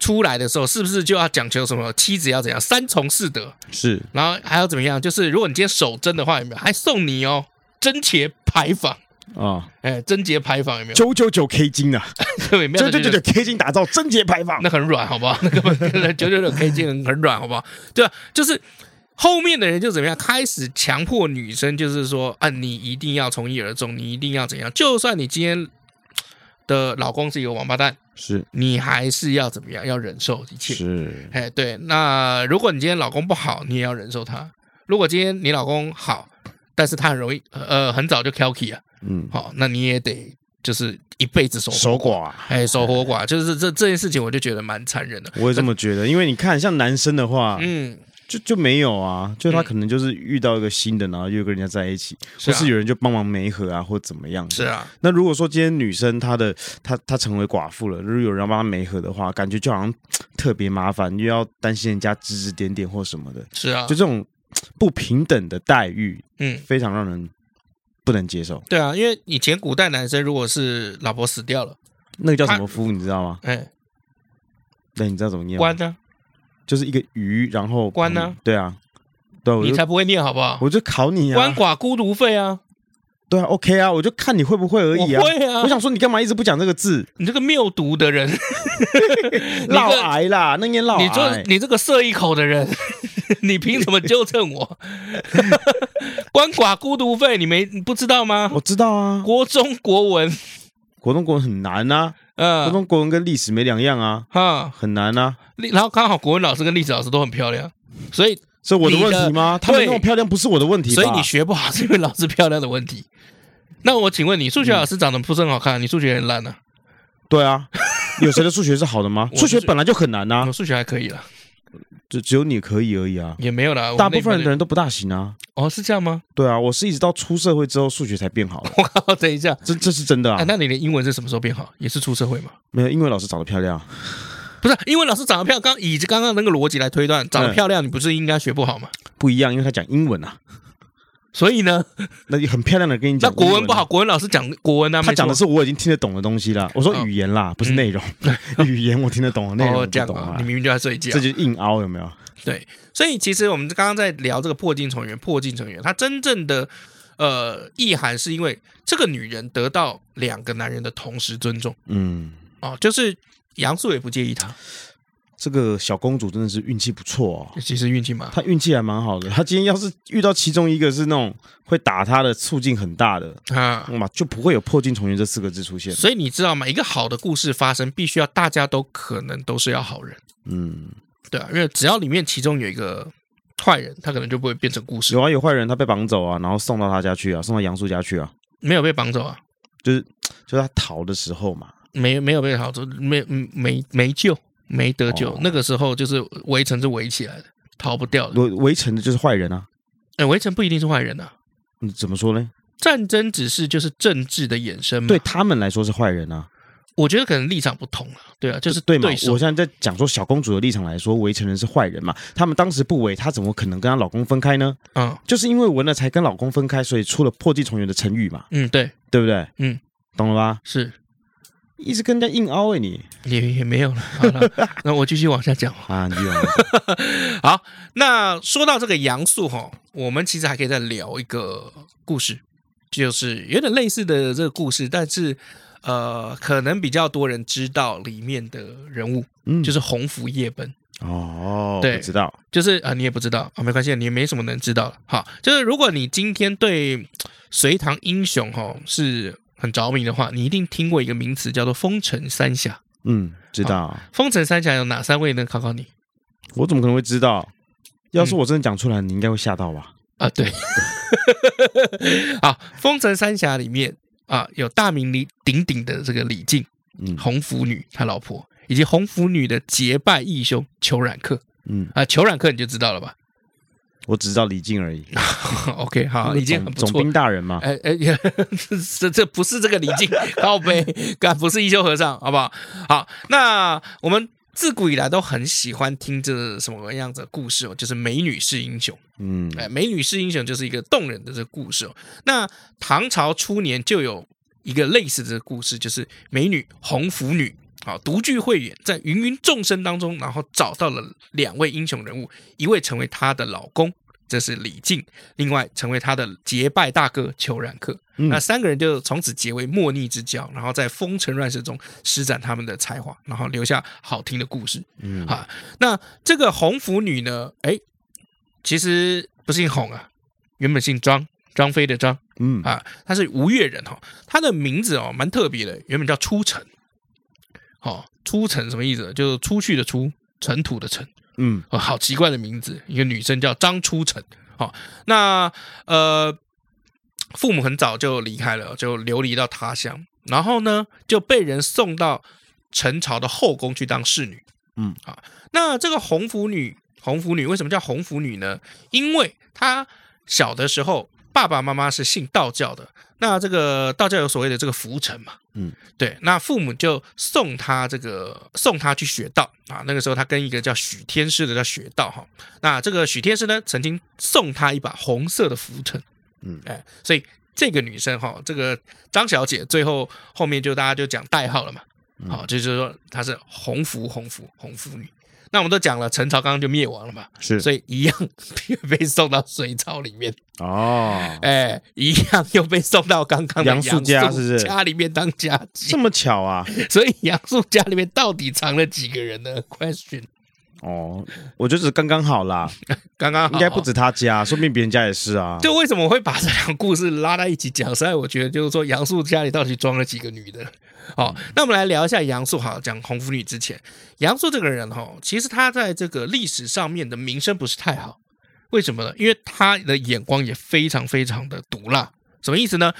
Speaker 3: 出来的时候，是不是就要讲求什么妻子要怎样三从四德，
Speaker 5: 是
Speaker 3: 然后还要怎么样？就是如果你今天守贞的话，有没有还送你哦贞节牌坊？
Speaker 5: 啊，
Speaker 3: 哎，贞节牌坊有没有？
Speaker 5: 九九九 K 金啊，
Speaker 3: 对， 没有
Speaker 5: 九九
Speaker 3: 对
Speaker 5: 九
Speaker 3: 对对，
Speaker 5: 九 K 金打造贞节牌坊。
Speaker 3: 那很软，好不好？那个九九九 K 键很软，好不好？对啊，就是后面的人就怎么样，开始强迫女生，就是说啊，你一定要从一而终，你一定要怎样，就算你今天的老公是一个王八蛋，
Speaker 5: 是
Speaker 3: 你还是要怎么样，要忍受一切。
Speaker 5: 是，
Speaker 3: 哎，对，那如果你今天老公不好，你也要忍受他；如果今天你老公好，但是他很容易呃很早就挑剔啊，
Speaker 5: 嗯，
Speaker 3: 好，那你也得就是一辈子守
Speaker 5: 守寡啊。
Speaker 3: 哎守活寡，就是这这件事情，我就觉得蛮残忍的。
Speaker 5: 我也这么觉得，因为你看，像男生的话，
Speaker 3: 嗯，
Speaker 5: 就就没有啊，就他
Speaker 3: 嗯
Speaker 5: 可能就是遇到一个新的，然后又跟人家在一起，
Speaker 3: 是啊
Speaker 5: 或是有人就帮忙媒合啊，或怎么样。
Speaker 3: 是。啊，
Speaker 5: 那如果说今天女生她的她她成为寡妇了，如果有人要帮她媒合的话，感觉就好像嘖特别麻烦，又要担心人家指指点点或什么的，
Speaker 3: 是啊，
Speaker 5: 就这种嘖不平等的待遇，
Speaker 3: 嗯，
Speaker 5: 非常让人不能接受。
Speaker 3: 对啊，因为以前古代男生如果是老婆死掉了，
Speaker 5: 那个叫什么夫，你知道吗？
Speaker 3: 哎，
Speaker 5: 那你知道怎么念吗？
Speaker 3: 关啊呢、
Speaker 5: 就是一个鱼，然后
Speaker 3: 关啊
Speaker 5: 嗯对啊，对啊，我
Speaker 3: 你
Speaker 5: 就
Speaker 3: 才不会念好不好？
Speaker 5: 我就考你啊
Speaker 3: 鳏，寡孤独废啊，
Speaker 5: 对啊，OK 啊，我就看你会不会而已啊
Speaker 3: 我。会啊
Speaker 5: 我，想说，你干嘛一直不讲这个字？
Speaker 3: 你这个谬毒的 人，你
Speaker 5: 老
Speaker 3: 这
Speaker 5: 癌啦，那念老啊哎
Speaker 3: 你这
Speaker 5: 癌。
Speaker 3: 你这个射一口的人， 你凭什么纠正 我？鳏寡孤独废，你没你不知道吗？
Speaker 5: 我知道啊，
Speaker 3: 国中国文，
Speaker 5: 国中国文很难啊，国
Speaker 3: 嗯，
Speaker 5: 中国文跟历史没两样啊，
Speaker 3: 哈，
Speaker 5: 很难啊。
Speaker 3: 历然后刚好国文老师跟历史老师都很漂亮，所以
Speaker 5: 是我的问题吗？他们
Speaker 3: 对
Speaker 5: 那么漂亮不是我的问题吧？
Speaker 3: 所以你学不好是因为老师漂亮的问题。 那我请问你，数学老师长得不是很好看，你数学很烂呢、
Speaker 5: 对啊，有谁的数学是好的吗？
Speaker 3: 我
Speaker 5: 数
Speaker 3: 就是
Speaker 5: 学本来就很难
Speaker 3: 啊？
Speaker 5: 啊
Speaker 3: 我，数学还可以啦，
Speaker 5: 只只有你可以而已啊。
Speaker 3: 也没有啦。我们
Speaker 5: 大部
Speaker 3: 那
Speaker 5: 分的
Speaker 3: 边
Speaker 5: 人都不大行啊。
Speaker 3: 哦，是这样吗？
Speaker 5: 对啊，我是一直到出社会之后数学才变好的，
Speaker 3: 我靠，等一下，
Speaker 5: 这这是真的
Speaker 3: 哎
Speaker 5: 啊，。
Speaker 3: 那你的英文是什么时候变好？也是出社会吗？
Speaker 5: 没有，因为老师长得漂亮，啊
Speaker 3: 不是，因为老师长得漂亮，刚以刚刚那个逻辑来推断，长得
Speaker 5: 嗯
Speaker 3: 漂亮，你不是应该学不好吗？
Speaker 5: 不一样，因为他讲英文啊。
Speaker 3: 所以呢，
Speaker 5: 那很漂亮的跟你
Speaker 3: 那
Speaker 5: 讲，啊
Speaker 3: 国文不好，，国文老师讲国文啊，
Speaker 5: 他
Speaker 3: 没错
Speaker 5: 讲的是我已经听得懂的东西啦。我说
Speaker 3: 哦
Speaker 5: 语言啦，不是内容， 语言我听得懂，内容我
Speaker 3: 嗯哦，
Speaker 5: 不
Speaker 3: 这样
Speaker 5: 懂
Speaker 3: 啊
Speaker 5: 啊，
Speaker 3: 你。明明就在睡觉
Speaker 5: 这。就是硬凹有没有？
Speaker 3: 对，所以其实我们刚刚在聊这个破镜重圆，破镜重圆，它真正的呃意涵是因为这个女人得到两个男人的同时尊重
Speaker 5: 嗯，
Speaker 3: 哦，就是杨素也不介意她，
Speaker 5: 这个小公主真的是运气不错哦。
Speaker 3: 其实运气嘛，
Speaker 5: 她运气还蛮好的，她今天要是遇到其中一个是那种会打她的、促进很大的，
Speaker 3: 啊。
Speaker 5: 那么就不会有破镜重圆这四个字出现。
Speaker 3: 所以你知道吗？一个好的故事发生，必须要大家都可能都是要好人，
Speaker 5: 嗯，
Speaker 3: 对啊，因为只要里面其中有一个坏人，他可能就不会变成故事
Speaker 5: 有，啊，有坏人他被绑走啊，然后送到他家去啊，送到杨素家去啊，
Speaker 3: 没有被绑走啊，
Speaker 5: 就是就是他逃的时候嘛。
Speaker 3: 没没有被逃走，没嗯没没救，没得救。
Speaker 5: 哦
Speaker 3: 那个时候就是围城是围起来的，逃不掉的。
Speaker 5: 围围城的就是坏人啊，
Speaker 3: 哎，围城不一定是坏人啊，
Speaker 5: 嗯，怎么说呢？
Speaker 3: 战争只是就是政治的衍生嘛。
Speaker 5: 对，他们来说是坏人啊，
Speaker 3: 我觉得可能立场不同啊。对啊，就是
Speaker 5: 对嘛？
Speaker 3: 对
Speaker 5: 我
Speaker 3: 手
Speaker 5: 现在在讲说小公主的立场来说，围城人是坏人嘛，他们当时不围，她怎么可能跟她老公分开呢？
Speaker 3: 啊，
Speaker 5: 就是因为闻了才跟老公分开，所以出了破镜重圆的成语嘛，
Speaker 3: 嗯，对，
Speaker 5: 对不对？
Speaker 3: 嗯，
Speaker 5: 懂了吧？
Speaker 3: 是
Speaker 5: 一直跟人家硬凹哎、 你
Speaker 3: 也也没有了。好 了，那我继续往下讲哦。
Speaker 5: 啊，你有
Speaker 3: 好，那说到这个杨素哈，我们其实还可以再聊一个故事，就是有点类似的这个故事，但是呃，可能比较多人知道里面的人物，
Speaker 5: 嗯
Speaker 3: 就是洪福夜奔。
Speaker 5: 哦，
Speaker 3: 对
Speaker 5: 不知道，
Speaker 3: 就是啊、呃你也不知道啊、没关系，你也没什么能知道的。好，就是如果你今天对嗯隋唐英雄哦是很着迷的话，你一定听过一个名词叫做“风尘三侠
Speaker 5: 嗯，知道，”。
Speaker 3: 风尘三侠有哪三位呢？考考你
Speaker 5: 我怎么可能会知道？要
Speaker 3: 嗯
Speaker 5: 是我真的讲出来，你应该会吓到吧？
Speaker 3: 啊，对， 啊，风尘三侠里面啊有大名鼎鼎鼎的这个李靖、
Speaker 5: 嗯
Speaker 3: 红拂女她老婆，以及红拂女的结拜义兄裘冉克
Speaker 5: 嗯，
Speaker 3: 啊，裘冉克你就知道了吧
Speaker 5: 我只知道李靖而已，
Speaker 3: ？OK，好，已经很不
Speaker 5: 总
Speaker 3: 错
Speaker 5: 总兵大人嘛，
Speaker 3: 哎哎， 也这这不是这个李靖靠背，干不是一休和尚，好不好？好，那我们自古以来都很喜欢听这什么样子的故事哦，就是美女是英雄。
Speaker 5: 嗯
Speaker 3: 哎，美女是英雄就是一个动人的这个故事哦。那唐朝初年就有一个类似的故事，就是美女红拂女。啊，独具慧眼，在芸芸众生当中，然后找到了两位英雄人物，一位成为她的老公，这是李靖；另外成为她的结拜大哥裘冉克。
Speaker 5: 嗯
Speaker 3: 那三个人就从此结为莫逆之交，然后在风尘乱世中施展他们的才华，然后留下好听的故事。
Speaker 5: 嗯
Speaker 3: 啊，那这个红拂女呢？哎，其实不姓红啊，原本姓张，张飞的张
Speaker 5: 嗯
Speaker 3: 啊，她是吴越人哈、哦。她的名字哦蛮特别的，原本叫出尘，哦，出尘什么意思呢？就是出去的出，尘土的尘，
Speaker 5: 嗯
Speaker 3: 哦，好奇怪的名字，一个女生叫张初晨。好、那呃，父母很早就离开了，就流离到他乡，然后呢就被人送到陈朝的后宫去当侍女。
Speaker 5: 嗯，
Speaker 3: 啊，那这个红拂女，红拂女为什么叫红拂女呢？因为她小的时候爸爸妈妈是信道教的，那这个道教有所谓的这个浮尘嘛，
Speaker 5: 嗯，
Speaker 3: 对，那父母就送他这个送他去学道啊。那个时候他跟一个叫许天师的叫学道哈。那这个许天师呢，曾经送他一把红色的拂尘，
Speaker 5: 嗯
Speaker 3: 哎，所以这个女生哈，这个张小姐最后后面就大家就讲代号了嘛，
Speaker 5: 嗯
Speaker 3: 好、就是说她是红拂红拂红拂女。那我们都讲了，陈朝刚刚就灭亡了嘛，
Speaker 5: 是
Speaker 3: 所以一样被送到隋朝里面。
Speaker 5: 哦，
Speaker 3: 哎，一样又被送到刚刚的
Speaker 5: 杨素家
Speaker 3: 杨素
Speaker 5: 是不是
Speaker 3: 家里面当家鸡
Speaker 5: 这？么 巧啊？
Speaker 3: 所以杨素家里面到底藏了几个人呢？Question，
Speaker 5: 哦，我觉得只是刚刚好啦，
Speaker 3: 刚刚好
Speaker 5: 应该不止他家，说不定别人家也是啊。
Speaker 3: 哦就为什么我会把这两个故事拉在一起讲？实在我觉得就是说，杨素家里到底装了几个女的？好，那我们来聊一下杨素。好，讲红拂女之前，杨素这个人哈，其实他在这个历史上面的名声不是太好。为什么呢？因为他的眼光也非常非常的毒辣。什么意思呢？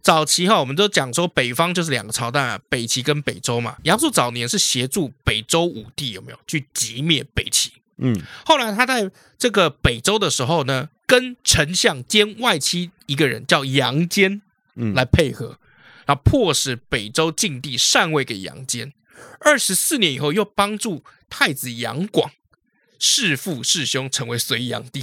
Speaker 3: 早期哈，我们都讲说北方就是两个朝代啊，北齐跟北周嘛。杨素早年是协助北周武帝有没有去击灭北齐？
Speaker 5: 嗯
Speaker 3: 后来他在这个北周的时候呢，跟丞相兼外戚一个人叫杨坚
Speaker 5: 嗯，
Speaker 3: 来配合，然后迫使北周禁地禅位给杨坚。二十四年以后，又帮助太子杨广弑父弑兄，成为隋炀帝。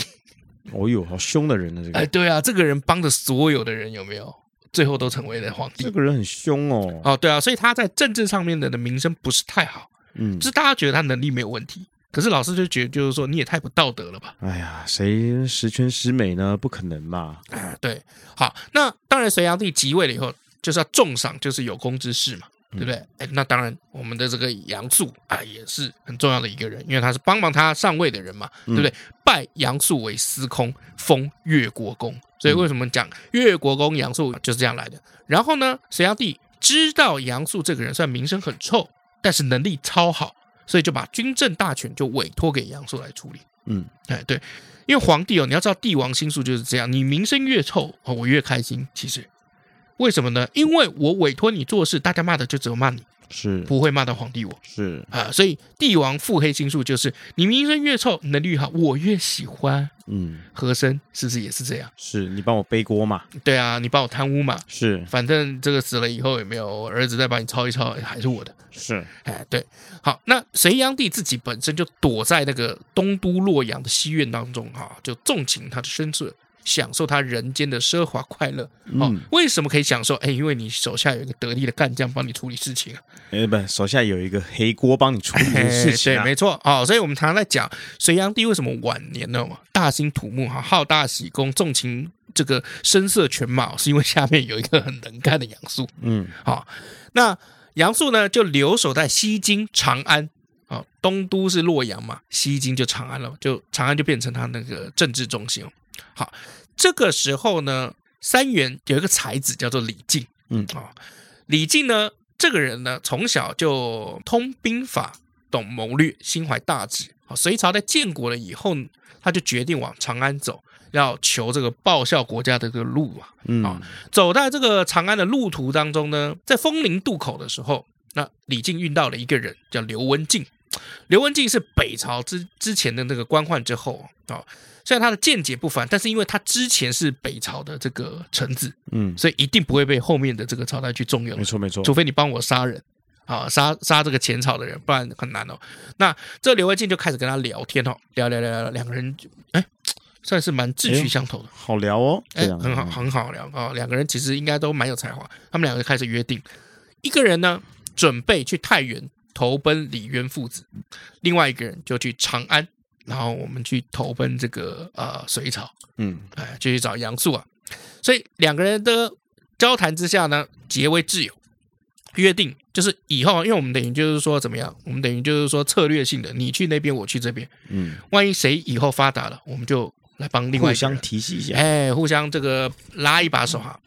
Speaker 5: 哦呦，好凶的人呢，这
Speaker 3: 哎，
Speaker 5: 个
Speaker 3: 对啊，这个人帮着所有的人有没有？最后都成为了皇
Speaker 5: 这
Speaker 3: 帝。
Speaker 5: 个人很凶哦。
Speaker 3: 哦，对啊，所以他在政治上面的的名声不是太好，
Speaker 5: 嗯
Speaker 3: 就，是大家觉得他能力没有问题，可是老师就觉得就是说你也太不道德了吧。
Speaker 5: 哎呀，谁十全十美呢？不可能嘛。
Speaker 3: 对，好，那当然隋炀帝即位了以后，就是要重赏，就是有功之士嘛，对不对？哎，那当然，我们的这个杨素啊，也是很重要的一个人，因为他是帮忙他上位的人嘛，对不对？拜杨素为司空，封越国公。所以为什么讲越国公杨素就是这样来的？然后呢，隋炀帝知道杨素这个人虽然名声很臭，但是能力超好，所以就把军政大权就委托给杨素来处理。
Speaker 5: 嗯，
Speaker 3: 哎，对，因为皇帝哦，你要知道帝王心术就是这样，你名声越臭哦，我越开心。其实为什么呢？因为我委托你做事，大家骂的就只有骂你，
Speaker 5: 是
Speaker 3: 不会骂到皇帝我
Speaker 5: 是，
Speaker 3: 啊、所以帝王腹黑心术就是你名声越臭，能力越好，我越喜欢。
Speaker 5: 嗯，
Speaker 3: 和珅是不是也是这样？
Speaker 5: 是你帮我背锅嘛？
Speaker 3: 对啊，你帮我贪污嘛，
Speaker 5: 是
Speaker 3: 反正这个死了以后也没有我儿子再把你抄一抄，还是我的。
Speaker 5: 是，
Speaker 3: 哎，对，好，那隋炀帝自己本身就躲在那个东都洛阳的西苑当中啊，就纵情他的身色，享受他人间的奢华快乐。哦，
Speaker 5: 嗯
Speaker 3: 为什么可以享受？哎，因为你手下有一个得力的干将帮你处理事情啊。
Speaker 5: 哎，不，手下有一个黑锅帮你处理这
Speaker 3: 哎
Speaker 5: 件事情
Speaker 3: 对，
Speaker 5: 啊。
Speaker 3: 没错啊、哦。所以我们常常在讲隋炀帝为什么晚年呢大兴土木哈，好大喜功，纵情这个声色犬马，是因为下面有一个很能干的杨素。
Speaker 5: 嗯
Speaker 3: 好，那杨素呢就留守在西京长安好，东都是洛阳嘛，西京就长安了，就长安就变成他那个政治中心哦。好，这个时候呢，三元有一个才子叫做李靖，
Speaker 5: 嗯
Speaker 3: 啊、李靖呢，这个人呢，从小就通兵法，懂谋略，心怀大志。好，隋朝在建国了以后，他就决定往长安走，要求这个报效国家的这个路啊。
Speaker 5: 嗯
Speaker 3: 啊，走在这个长安的路途当中呢，在枫林渡口的时候，那李靖遇到了一个人叫刘文静。刘文静是北朝之之前的那个官宦之后啊、哦，虽然他的见解不凡，但是因为他之前是北朝的这个臣子，
Speaker 5: 嗯，
Speaker 3: 所以一定不会被后面的这个朝代去重用
Speaker 5: 没。错没错，
Speaker 3: 除非你帮我杀人啊，杀杀这个前朝的人，不然很难哦。那这刘文静就开始跟他聊天哦，聊聊聊聊，两个人就哎，算是蛮
Speaker 5: 哎
Speaker 3: 志趣相投的。
Speaker 5: 好聊哦，
Speaker 3: 哎
Speaker 5: 这，样
Speaker 3: 很好，很好聊哦。两个人其实应该都蛮有才华，他们两个就开始约定，一个人呢准备去太原投奔李渊父子，另外一个人就去长安，然后我们去投奔这个呃隋朝，
Speaker 5: 嗯，
Speaker 3: 哎，就去找杨素啊。所以两个人的交谈之下呢，结为挚友，约定就是以后，因为我们等于就是说怎么样，我们等于就是说策略性的，你去那边，我去这边，
Speaker 5: 嗯，
Speaker 3: 万一谁以后发达了，我们就来帮另外一
Speaker 5: 互
Speaker 3: 个人
Speaker 5: 相提携一下，
Speaker 3: 哎，互相这个拉一把手哈。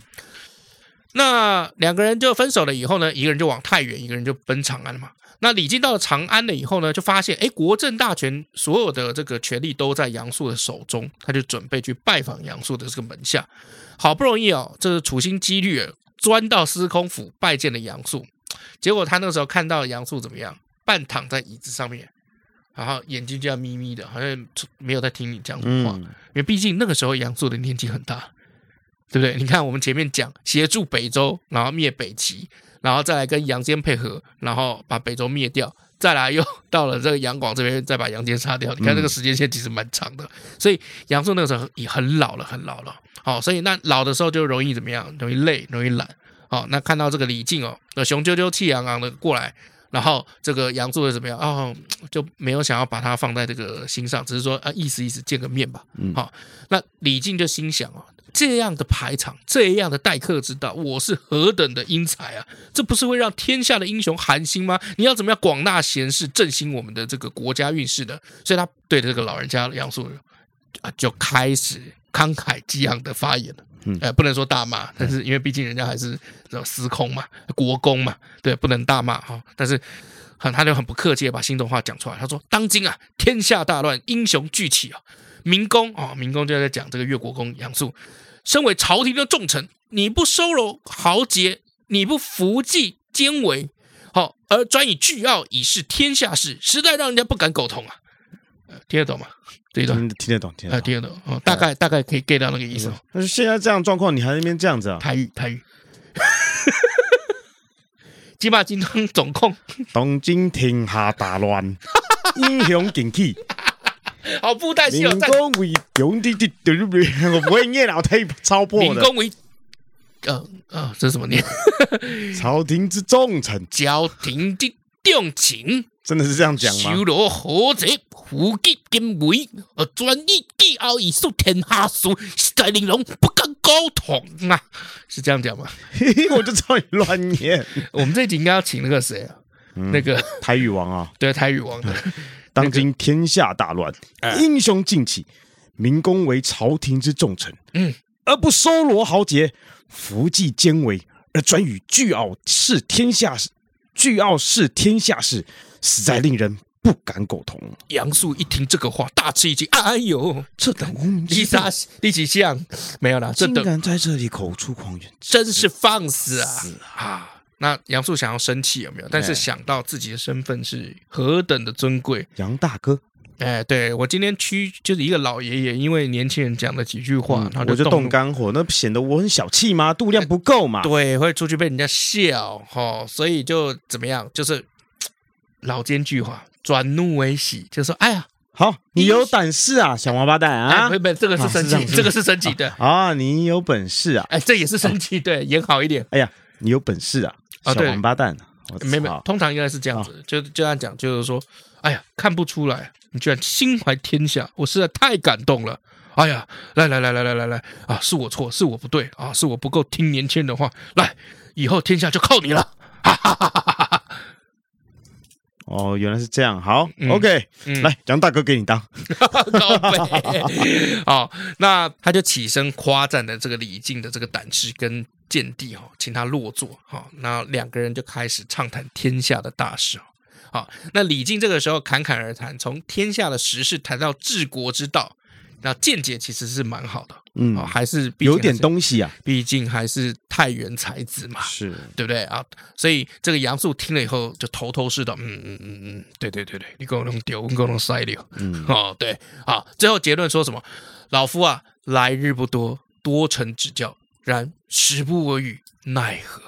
Speaker 3: 那两个人就分手了以后呢，一个人就往太原，一个人就奔长安了嘛。那李靖到了长安了以后呢，就发现哎，国政大权所有的这个权力都在杨素的手中，他就准备去拜访杨素的这个门下。好不容易哦，这是处心积虑地钻到司空府拜见了杨素，结果他那时候看到杨素怎么样，半躺在椅子上面，然后眼睛这样眯眯的，好像没有在听你讲话。
Speaker 5: 嗯，
Speaker 3: 因为毕竟那个时候杨素的年纪很大，对不对？你看我们前面讲协助北周，然后灭北齐，然后再来跟杨坚配合，然后把北周灭掉，再来又到了这个杨广这边，再把杨坚杀掉。你看这个时间线其实蛮长的，所以杨素那个时候也很老了，很老了。好、所以那老的时候就容易怎么样？容易累，容易懒。好、那看到这个李靖哦，那雄赳赳气昂昂的过来，然后这个杨素的怎么样？哦，就没有想要把他放在这个心上，只是说啊，意思意思见个面吧。
Speaker 5: 嗯
Speaker 3: 好、那李靖就心想哦，这样的排场，这样的待客之道，我是何等的英才啊！这不是会让天下的英雄寒心吗？你要怎么样广纳贤士，振兴我们的这个国家运势的？所以他对这个老人家杨素啊，就开始慷慨激昂的发言了。
Speaker 5: 嗯
Speaker 3: 呃，不能说大骂，但是因为毕竟人家还是这种司空嘛，国公嘛，对，不能大骂哈、但是很，他就很不客气的把心中话讲出来。他说：“当今啊，天下大乱，英雄聚起啊，明公啊、明公就在讲这个越国公杨素，身为朝廷的重臣，你不收容豪杰，你不扶济奸为，好、而专以巨傲以示天下事，实在让人家不敢苟同啊。呃听得懂吗？这一段
Speaker 5: 听嗯听得懂，听
Speaker 3: 啊，
Speaker 5: 得懂。
Speaker 3: 听得懂哦，大概大概可以 get 到那个意思哦。
Speaker 5: 但是现在这样状况，你还在那边这样子啊？
Speaker 3: 台语台语， 金马金汤总控，
Speaker 5: 东京天下 大乱，英雄景气，
Speaker 3: 好布袋戏
Speaker 5: 民
Speaker 3: 哦，在
Speaker 5: 工为勇的的对不对？我不会念老太超破
Speaker 3: 民
Speaker 5: 的。
Speaker 3: 工为，呃呃，这是什么念？
Speaker 5: 朝廷之重臣，
Speaker 3: 朝廷的重情。
Speaker 5: 真的是这样讲
Speaker 3: 修
Speaker 5: 吗？
Speaker 3: 罗何者，虎击金梅，而专以桀骜以述天下事，实在令人不敢苟同啊！是这样讲吗？
Speaker 5: 嘿嘿， 我就知道你乱念。
Speaker 3: 我们这集应该要请那个谁啊？
Speaker 5: 嗯
Speaker 3: 那个
Speaker 5: 台语王啊，
Speaker 3: 对台语王的，
Speaker 5: 当今天下大乱，
Speaker 3: 啊
Speaker 5: 英雄尽起，民工为朝廷之重臣，
Speaker 3: 嗯，
Speaker 5: 而不收罗豪杰，扶济奸为，而专与巨傲视天下事，巨傲视天下事，实在令人不敢苟同。
Speaker 3: 杨素一听这个话，大吃一惊，哎呦，
Speaker 5: 这等无名
Speaker 3: 丽
Speaker 5: 之
Speaker 3: 莎
Speaker 5: 辈，啊
Speaker 3: 第几项没有啦，这
Speaker 5: 竟
Speaker 3: 等
Speaker 5: 敢在这里口出狂言，
Speaker 3: 真是放肆啊！啊！那杨素想要生气有没有？但
Speaker 5: 哎
Speaker 3: 是想到自己的身份是何等的尊贵，
Speaker 5: 杨大哥，
Speaker 3: 哎，对我今天区就是一个老爷爷，因为年轻人讲了几句话，然后
Speaker 5: 嗯我
Speaker 3: 啊
Speaker 5: 就
Speaker 3: 动
Speaker 5: 动
Speaker 3: 怒
Speaker 5: 肝火，那显得我很小气吗？度量不够嘛？
Speaker 3: 对，会出去被人家笑哈、吼所以就怎么样，就是老奸巨猾，转怒为喜，就说哎呀，
Speaker 5: 好，你有胆识啊，小王八蛋
Speaker 3: 哎，
Speaker 5: 啊
Speaker 3: 不！不，这个是
Speaker 5: 啊
Speaker 3: 生
Speaker 5: 是这
Speaker 3: 气，
Speaker 5: 样子
Speaker 3: 这个是生气的，
Speaker 5: 啊，你有本事啊！
Speaker 3: 哎，这也是生气，对，演好一点，
Speaker 5: 哎呀，你有本事啊，
Speaker 3: 啊
Speaker 5: 小
Speaker 3: 对
Speaker 5: 王八蛋！我
Speaker 3: 没没
Speaker 5: 操，
Speaker 3: 通常应该是这样子，就就这样讲，就是说，哎呀，看不出来，你居然心怀天下，我实在太感动了。哎呀，来来来来来来来啊，是我错，是我不对啊，是我不够听年轻人的话，来，以后天下就靠你了，哈哈哈哈哈哈！
Speaker 5: 哦，原来是这样。好、
Speaker 3: 嗯
Speaker 5: o k
Speaker 3: 嗯
Speaker 5: 来，杨大哥给你当。
Speaker 3: 高背。好，那他就起身夸赞了这个李靖的这个胆识跟见地哦，请他落座哈。那两个人就开始畅谈天下的大事哦。好，那李靖这个时候侃侃而谈，从天下的时事谈到治国之道，那见解其实是蛮好的。
Speaker 5: 嗯
Speaker 3: 哦，，还是毕竟
Speaker 5: 有点
Speaker 3: 还是，
Speaker 5: 东西啊。
Speaker 3: 毕竟还是太原才子嘛。
Speaker 5: 是，
Speaker 3: 对不对啊？所以这个杨素听了以后就头头是道，嗯嗯嗯嗯，对对对对，你给我弄丢，你给我弄塞了，嗯，哦对，好，最后结论说什么？老夫啊，来日不多，多承指教，然时不我与，奈何？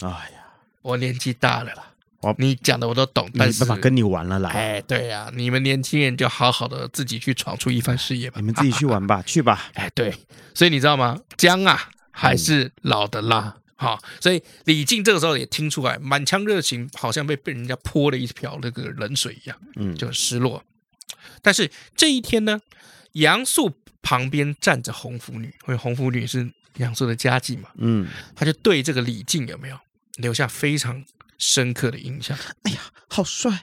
Speaker 5: 哎呀，
Speaker 3: 我年纪大了啦，
Speaker 5: 我
Speaker 3: 你讲的我都懂，
Speaker 5: 没
Speaker 3: 但是
Speaker 5: 办法跟哦你玩了啦。
Speaker 3: 哎，对呀、你们年轻人就好好的自己去闯出一番事业吧
Speaker 5: 你，们自己去玩吧，去吧。
Speaker 3: 哎，对，所以你知道吗？姜啊，还
Speaker 5: 嗯
Speaker 3: 是老的辣。好、所以李靖这个时候也听出来，满腔热情好像被被人家泼了一瓢那个冷水一样，
Speaker 5: 嗯
Speaker 3: 就很失落。但是这一天呢，杨素旁边站着红拂女，因为红拂女是杨素的家妓嘛，
Speaker 5: 嗯，
Speaker 3: 她就对这个李靖有没有留下非常深刻的印象？
Speaker 5: 好帅！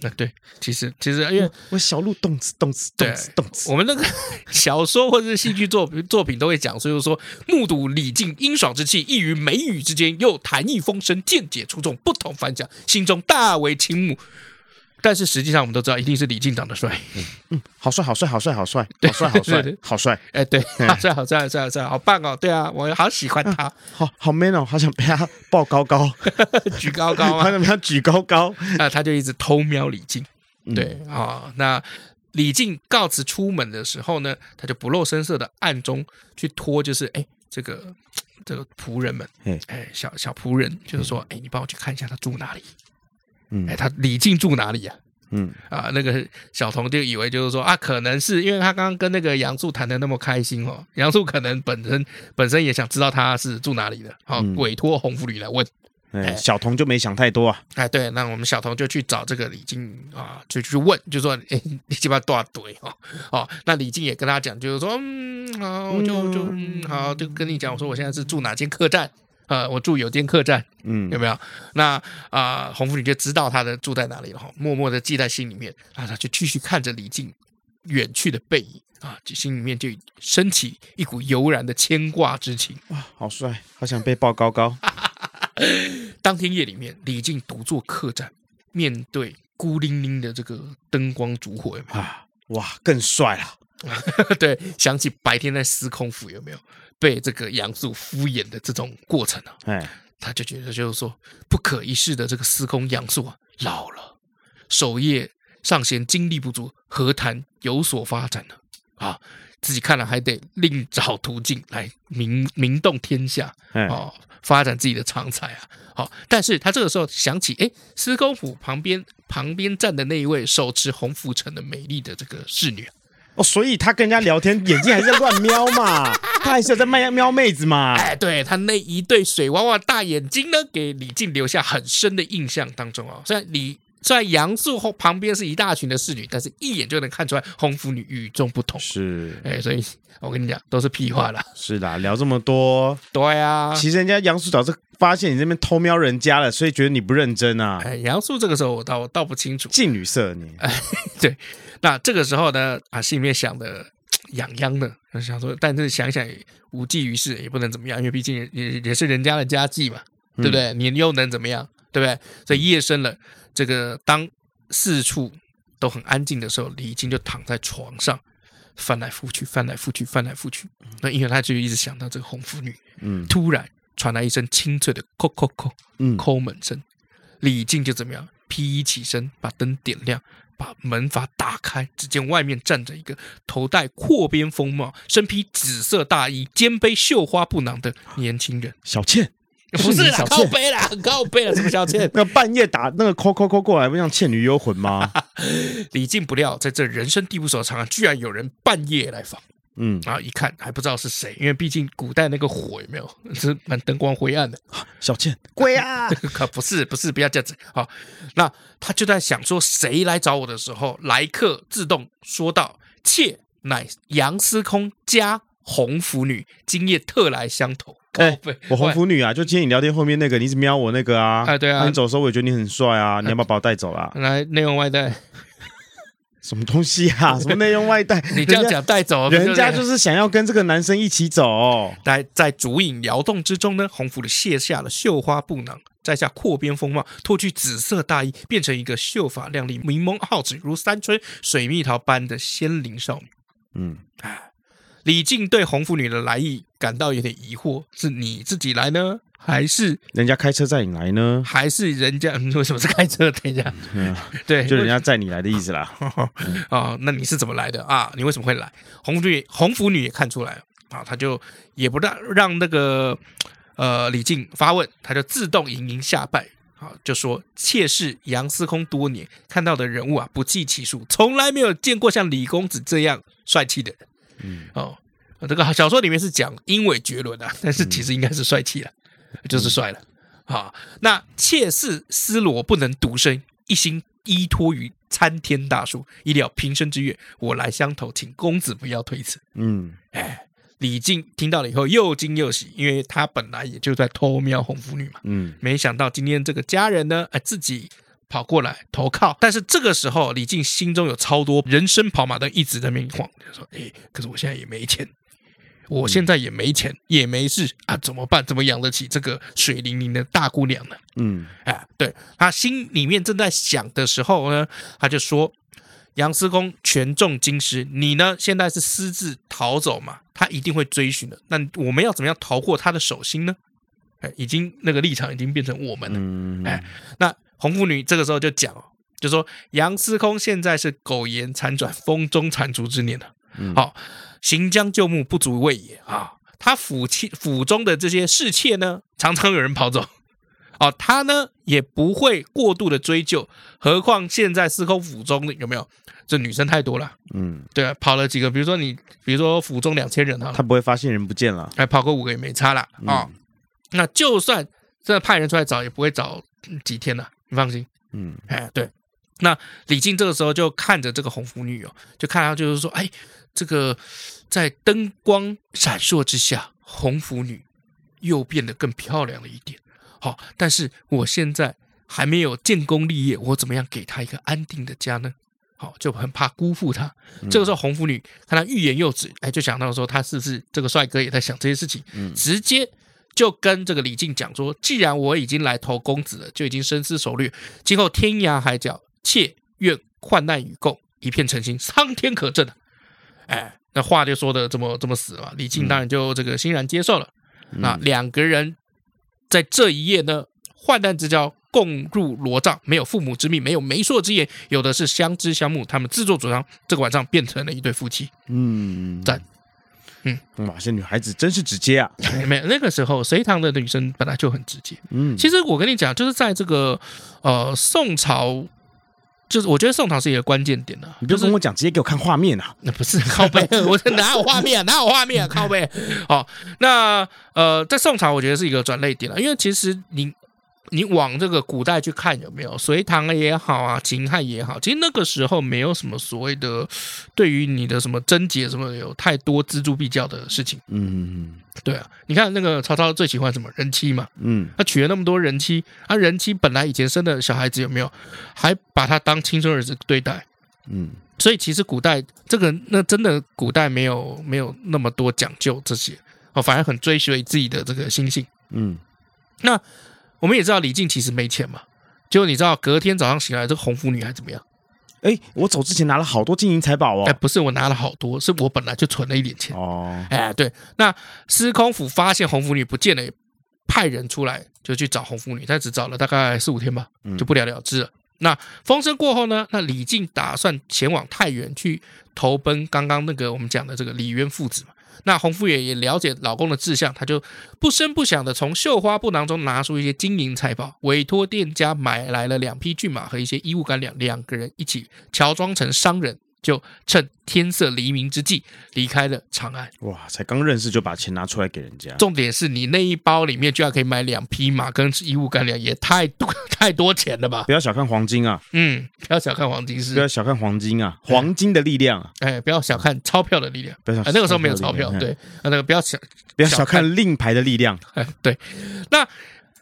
Speaker 3: 那对，其实其实因为
Speaker 5: 我小鹿动次动次动次
Speaker 3: 对
Speaker 5: 动次。
Speaker 3: 我们那个 小说或者是戏剧作品作品都会讲，所以说目睹李靖英爽之气溢于眉宇之间，又弹逸风生，见解出众，不同凡响，心中大为倾慕。但是实际上，我们都知道，一定是李靖长得帅。
Speaker 5: 好帅，好帅，好帅，好帅，好帅，好
Speaker 3: 对对
Speaker 5: 帅，好帅，
Speaker 3: 哎， 对，好帅，好帅，好帅，好帅，好棒哦！对啊，我好喜欢 他，
Speaker 5: 好好 man 哦！好想被他抱高 高，
Speaker 3: 举高高
Speaker 5: 好
Speaker 3: 啊！
Speaker 5: 想被他举高高。
Speaker 3: 啊，他就一直偷瞄李靖。
Speaker 5: 嗯
Speaker 3: 对啊、那李靖告辞出门的时候呢，他就不露声色的暗中去托，就是哎，这个这个仆人们
Speaker 5: 嘿，
Speaker 3: 哎，小小仆人，就是说，哎，你帮我去看一下他住哪里？
Speaker 5: 嗯
Speaker 3: 哎，他李靖住哪里呀、
Speaker 5: 嗯，
Speaker 3: 啊，那个小童就以为就是说啊，可能是因为他刚刚跟那个杨素谈的那么开心哦，杨素可能本身本身也想知道他是住哪里的，好、
Speaker 5: 嗯
Speaker 3: 委托红拂女来问。
Speaker 5: 哎，小童就没想太多啊。
Speaker 3: 哎，对，那我们小童就去找这个李靖啊，就去问，就说，哎，你鸡巴多少堆哦？哦，那李靖也跟他讲，就是说，嗯，好，我就就嗯好，就跟你讲，我说我现在是住哪间客栈，呃，我住有间客栈，
Speaker 5: 嗯
Speaker 3: 有，没有？那啊、红拂女就知道他的住在哪里了哈，默默的记在心里面，啊，他就继续看着李靖远去的背影啊，就心里面就升起一股悠然的牵挂之情。
Speaker 5: 哇，好帅，好想被抱高高。
Speaker 3: 当天夜里面，李靖独坐客栈，面对孤零零的这个灯光烛火，有没
Speaker 5: 啊，哇，更帅啊了！
Speaker 3: 有？ 对，想起白天在司空府有没有被这个杨素敷衍的这种过程啊，
Speaker 5: 哎，
Speaker 3: 他就觉得就是说不可一世的这个司空杨素啊，老了，守业尚嫌精力不足，何谈有所发展呢？啊，自己看了还得另找途径来名名动天下。
Speaker 5: 哎，
Speaker 3: 哦，发展自己的长才啊。好、但是他这个时候想起，哎，司空府旁边旁边站的那一位手持红拂尘的美丽的这个侍女，啊
Speaker 5: 哦，所以他跟人家聊天，眼睛还是在乱瞄嘛， 他还是有在卖瞄妹子嘛。
Speaker 3: 哎，对他那一对水汪汪的大眼睛呢，给李靖留下很深的印象当中哦。虽然李虽然杨素后旁边是一大群的侍女，但是一眼就能看出来红拂女与众不同。
Speaker 5: 是
Speaker 3: 哎，所以我跟你讲，都是屁话啦。
Speaker 5: 是啦，聊这么多，
Speaker 3: 对啊，
Speaker 5: 其实人家杨树早就发现你这边偷瞄人家了，所以觉得你不认真啊，
Speaker 3: 哎，杨素这个时候我倒我倒不清楚，
Speaker 5: 近女色你。
Speaker 3: 那这个时候呢，啊，心里面想的呃痒痒的，想说，但是想想也无济于事，也不能怎么样，因为毕竟也也也是人家的家计嘛，对不对？你又能怎么样，对不对？所以夜深了，这个当四处都很安静的时候，李靖就躺在床上。翻来覆去，翻来覆去，翻来覆去。那因为他就一直想到这个红拂女，
Speaker 5: 嗯
Speaker 3: 突然传来一声清脆的“叩叩叩”，
Speaker 5: 嗯
Speaker 3: 抠门声。李靖就怎么样，披衣起身，把灯点亮，把门阀打开。只见外面站着一个头戴阔边风帽、身披紫色大衣、肩背绣花布囊的年轻人。
Speaker 5: 小倩，
Speaker 3: 不
Speaker 5: 是
Speaker 3: 是
Speaker 5: 你
Speaker 3: 啦
Speaker 5: 小，
Speaker 3: 靠
Speaker 5: 倩
Speaker 3: 背 啦，靠背啦，什么小倩？
Speaker 5: 那半夜打那个 call call call 过来，不像倩女幽魂 吗？
Speaker 3: 李靖不料，在这人生地不熟的场合，居然有人半夜来访。
Speaker 5: 嗯，
Speaker 3: 然后一看，还不知道是谁，因为毕竟古代那个火有没有， 是蛮灯光灰暗的。
Speaker 5: 小倩，鬼啊！
Speaker 3: 可不是，不是，不要这样子。好，那他就在想说，谁来找我的时候，来客自动说道：“妾乃杨司空家红拂女，今夜特来相投。
Speaker 5: 哎
Speaker 3: 靠北
Speaker 5: 我红福女啊，就今天你聊天后面那个，你一直瞄我那个啊，
Speaker 3: 哎对啊
Speaker 5: 你走的时候我也觉得你很帅啊，你要不要把我带走啦？
Speaker 3: 来内容外带，
Speaker 5: 什么东西 啊？什么内容外带？
Speaker 3: 你这样讲带走，
Speaker 5: 人家，人家就是是想要跟这个男生一起走。
Speaker 3: 在在竹影摇动之中呢，红福的卸下了绣花布囊，摘下阔边风帽，脱去紫色大衣，变成一个秀发亮丽、明眸皓齿如山春水蜜桃般的仙灵少女。
Speaker 5: 嗯，
Speaker 3: 李靖对红福女的来意感到有点疑惑：是你自己来呢，还是
Speaker 5: 人家开车载你 来呢，
Speaker 3: 还是人家？嗯为什么是开车？等一下，对，
Speaker 5: 嗯就人家载你来的意思 啦。
Speaker 3: 哦，哦那你是怎么来的啊？你为什么会来？红福女，红福女也看出来了啊，她就也不让让那个呃李靖发问，她就自动盈盈下拜啊，就说妾是杨司空多年看到的人物啊，不计其数，从来没有见过像李公子这样帅气的人。嗯，哦，这个小说里面是讲英伟绝伦啊，但是其实应该是帅气了，就是帅了。啊，那妾是思罗不能独身，一心依托于参天大树，以了平生之愿。我来相投，请公子不要推辞。
Speaker 5: 嗯，
Speaker 3: 哎，李靖听到了以后又惊又喜，因为他本来也就在偷瞄红拂女嘛，
Speaker 5: 嗯，
Speaker 3: 没想到今天这个家人呢，哎，自己跑过来投靠。但是这个时候，李靖心中有超多人生跑马灯一直在那边晃，就说：“哎，可是我现在也没钱。”我现在也没钱，也没事啊，怎么办？怎么养得起这个水灵灵的大姑娘呢？
Speaker 5: 嗯，
Speaker 3: 哎，对他心里面正在想的时候呢，他就说：“杨司公权重京师，你呢现在是私自逃走嘛？他一定会追寻的。那我们要怎么样逃过他的手心呢？”哎，已经那个立场已经变成我们了。
Speaker 5: 嗯，
Speaker 3: 哎，那红妇女这个时候就讲哦，就说杨司空现在是苟延残喘、风中残烛之年了。好、
Speaker 5: 嗯
Speaker 3: 行将就木，不足畏也啊。他府妻府中的这些侍妾呢，常常有人跑走。哦，他呢也不会过度的追究，何况现在司空府中有没有这女生太多了？
Speaker 5: 嗯，
Speaker 3: 对、啊，跑了几个，比如说你，比如说府中两千人哈，
Speaker 5: 他不会发现人不见了。
Speaker 3: 哎，跑过五个也没差啦啊、哦那就算真的派人出来找，也不会找嗯几天了，你放心。
Speaker 5: 嗯，
Speaker 3: 哎，对。那李靖这个时候就看着这个红拂女哦，就看她就是说，哎，这个在灯光闪烁之下，红拂女又变得更漂亮了一点。好、但是我现在还没有建功立业，我怎么样给她一个安定的家呢？好、就很怕辜负她。这个时候，红拂女看她欲言又止，哎，就想到说她是不是这个帅哥也在想这些事情，直接就跟这个李靖讲说，既然我已经来投公子了，就已经深思熟虑，今后天涯海角，妾愿患难与共，一片诚心，苍天可证啊！哎，那话就说的这么这么死了嘛，李靖当然就这个欣然接受了。那两个人在这一夜呢，患难之交。共入罗帐，没有父母之命，没有媒妁之言，有的是相知相慕。他们自作主张，这个晚上变成了一对夫妻。
Speaker 5: 嗯，
Speaker 3: 赞。嗯，
Speaker 5: 哇，这女孩子真是直接啊。
Speaker 3: 没有那个时候，隋唐的女生本来就很直接，
Speaker 5: 嗯，
Speaker 3: 其实我跟你讲，就是在这个呃宋朝，就是我觉得宋朝是一个关键点的、啊
Speaker 5: 你不
Speaker 3: 就
Speaker 5: 要
Speaker 3: 是
Speaker 5: 跟我讲，直接给我看画面啊。
Speaker 3: 那不是靠背， 我这哪有画面、啊？哪有画面、啊？靠背。哦，那呃，在宋朝我觉得是一个转类点了，因为其实你你往这个古代去看有没有隋唐也好啊，秦汉也好，其实那个时候没有什么所谓的对于你的什么贞洁什么有太多锱铢必较的事情。
Speaker 5: 嗯
Speaker 3: 对啊，你看那个曹操最喜欢什么人妻嘛，
Speaker 5: 嗯
Speaker 3: 他娶了那么多人妻，啊，人妻本来以前生的小孩子有没有，还把他当亲生儿子对待，
Speaker 5: 嗯
Speaker 3: 所以其实古代这个那真的古代没有没有那么多讲究这些，哦，反而很追随自己的这个心性。
Speaker 5: 嗯
Speaker 3: 那我们也知道李靖其实没钱嘛，结果你知道隔天早上醒来，这个红拂女还怎么样？
Speaker 5: 嗯。哎，我走之前拿了好多金银财宝
Speaker 3: 哎，
Speaker 5: 哦。
Speaker 3: 不是我拿了好多，是我本来就存了一点钱。
Speaker 5: 哦，
Speaker 3: 哎，对，那司空府发现红拂女不见了，也派人出来就去找红拂女，但只找了大概四五天吧，就不了了之了。那风声过后呢？那李靖打算前往太原去投奔刚刚那个我们讲的这个李渊父子嘛。那红拂女也了解老公的志向，她就不声不响的从绣花布囊中拿出一些金银财宝，委托店家买来了两匹骏马和一些衣物干粮，两个人一起乔装成商人就趁天色黎明之际离开了长安。
Speaker 5: 哇，才刚认识就把钱拿出来给人家，
Speaker 3: 重点是你那一包里面居然可以买两匹马跟衣物干粮，也太多 太多钱了吧？
Speaker 5: 不要小看黄金啊，
Speaker 3: 嗯，不要小看黄金
Speaker 5: 不要
Speaker 3: 是，
Speaker 5: 小看黄金啊，黄金的力量啊，
Speaker 3: 哎，不要小看钞票的力量。
Speaker 5: 不要小
Speaker 3: 啊，那个时候没有钞
Speaker 5: 钞票
Speaker 3: 票
Speaker 5: 的，力
Speaker 3: 对
Speaker 5: 量，哎
Speaker 3: 啊，那个不要小
Speaker 5: 不要小看令牌的力量。
Speaker 3: 哎， 对，那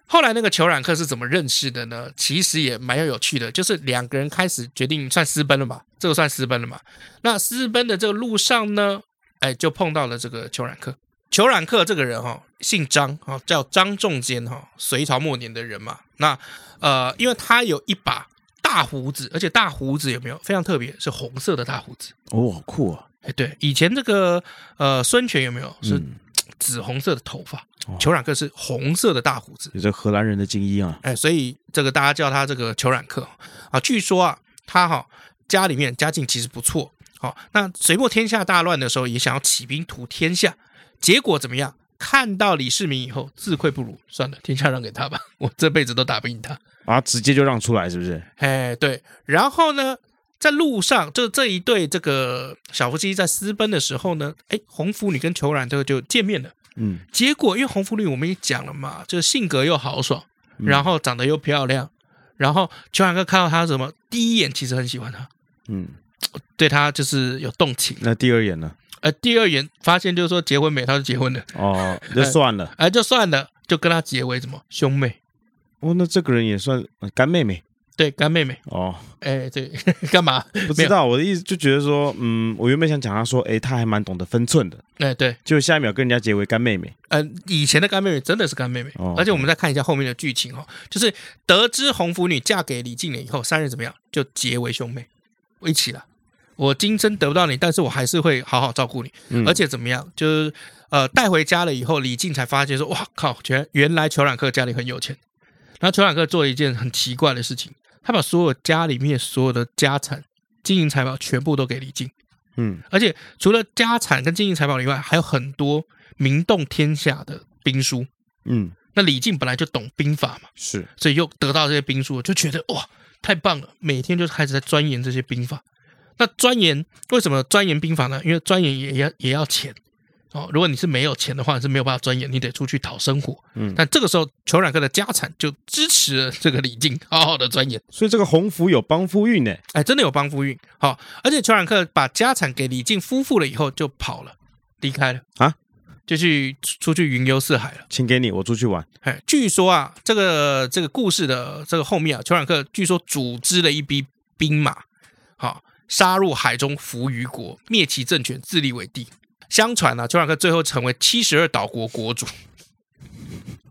Speaker 3: 后来那个裘冉克是怎么认识的呢？其实也蛮有有趣的，就是两个人开始决定算私奔了嘛，这个算私奔了嘛。那私奔的这个路上呢，哎，就碰到了这个裘冉克。裘冉克这个人哈、哦，姓张哈、哦，叫张仲坚哈、哦，隋朝末年的人嘛。那呃，因为他有一把大胡子，而且大胡子有没有非常特别，是红色的大胡子。
Speaker 5: 哦，好酷啊！
Speaker 3: 哎，对，以前这个呃孙权有没有是
Speaker 5: 嗯
Speaker 3: 紫红色的头发
Speaker 5: 哦？
Speaker 3: 裘冉克是红色的大胡子，
Speaker 5: 有这荷兰人的精英啊，
Speaker 3: 哎，所以这个大家叫他这个裘冉克啊。据说啊，他哈、家里面家境其实不错，好、那隋末天下大乱的时候也想要起兵图天下，结果怎么样？看到李世民以后自愧不如，算了，天下让给他吧，我这辈子都打不赢他。
Speaker 5: 啊，直接就让出来是不是？
Speaker 3: 哎，对，然后呢，在路上，就这一对这个小夫妻在私奔的时候呢，哎，红拂女跟裘冉这个就见面了。
Speaker 5: 嗯，
Speaker 3: 结果因为红拂女我们也讲了嘛，就是性格又豪爽，
Speaker 5: 嗯
Speaker 3: 然后长得又漂亮，然后裘冉哥看到她什么，第一眼其实很喜欢她，
Speaker 5: 嗯，
Speaker 3: 对她就是有动情。
Speaker 5: 那第二眼呢？
Speaker 3: 呃，第二眼发现就是说结婚没，他就结婚了，
Speaker 5: 哦，那算了。
Speaker 3: 哎、就算了，就跟她结为什么兄妹，
Speaker 5: 哦，那这个人也算呃干妹妹
Speaker 3: 对干妹妹，
Speaker 5: 哦。
Speaker 3: 哎，对， 干嘛？
Speaker 5: 不知道我的意思，就觉得说，嗯，我原本想讲他说，诶，他还蛮懂得分寸的，
Speaker 3: 哎，对，
Speaker 5: 就下一秒跟人家结为干妹妹。
Speaker 3: 呃，以前的干妹妹真的是干妹妹，
Speaker 5: 哦
Speaker 3: 而且我们再看一下后面的剧情哦，就是得知红拂女嫁给李靖了以后，三人怎么样就结为兄妹，我一起了。我今生得不到你，但是我还是会好好照顾你，
Speaker 5: 嗯
Speaker 3: 而且怎么样，就是呃带回家了以后，李靖才发现说，哇靠，原原来裘冉克家里很有钱。然后裘冉克做了一件很奇怪的事情，他把所有家里面所有的家产、金银财宝全部都给李靖。
Speaker 5: 嗯，
Speaker 3: 而且除了家产跟金银财宝以外，还有很多名动天下的兵书。
Speaker 5: 嗯，
Speaker 3: 那李靖本来就懂兵法嘛，
Speaker 5: 是，
Speaker 3: 所以又得到这些兵书，就觉得哇，太棒了！每天就开始在钻研这些兵法。那钻研为什么钻研兵法呢？因为钻研也要也要钱哦。如果你是没有钱的话，你是没有办法钻研，你得出去讨生活。
Speaker 5: 嗯
Speaker 3: 但这个时候，裘冉克的家产就支持了这个李靖好好的钻研。
Speaker 5: 所以这个鸿福有帮夫运呢。
Speaker 3: 哎，真的有帮夫运。好、而且裘冉克把家产给李靖夫妇了以后，就跑了，离开了
Speaker 5: 啊，
Speaker 3: 就去出去云游四海了。
Speaker 5: 钱给你，我出去玩。
Speaker 3: 哎，据说啊，这个这个故事的这个后面啊，裘冉克据说组织了一批兵马，好、杀入海中伏于国，灭其政权，自立为帝。相传啊，裘冉克最后成为七十二岛国国主。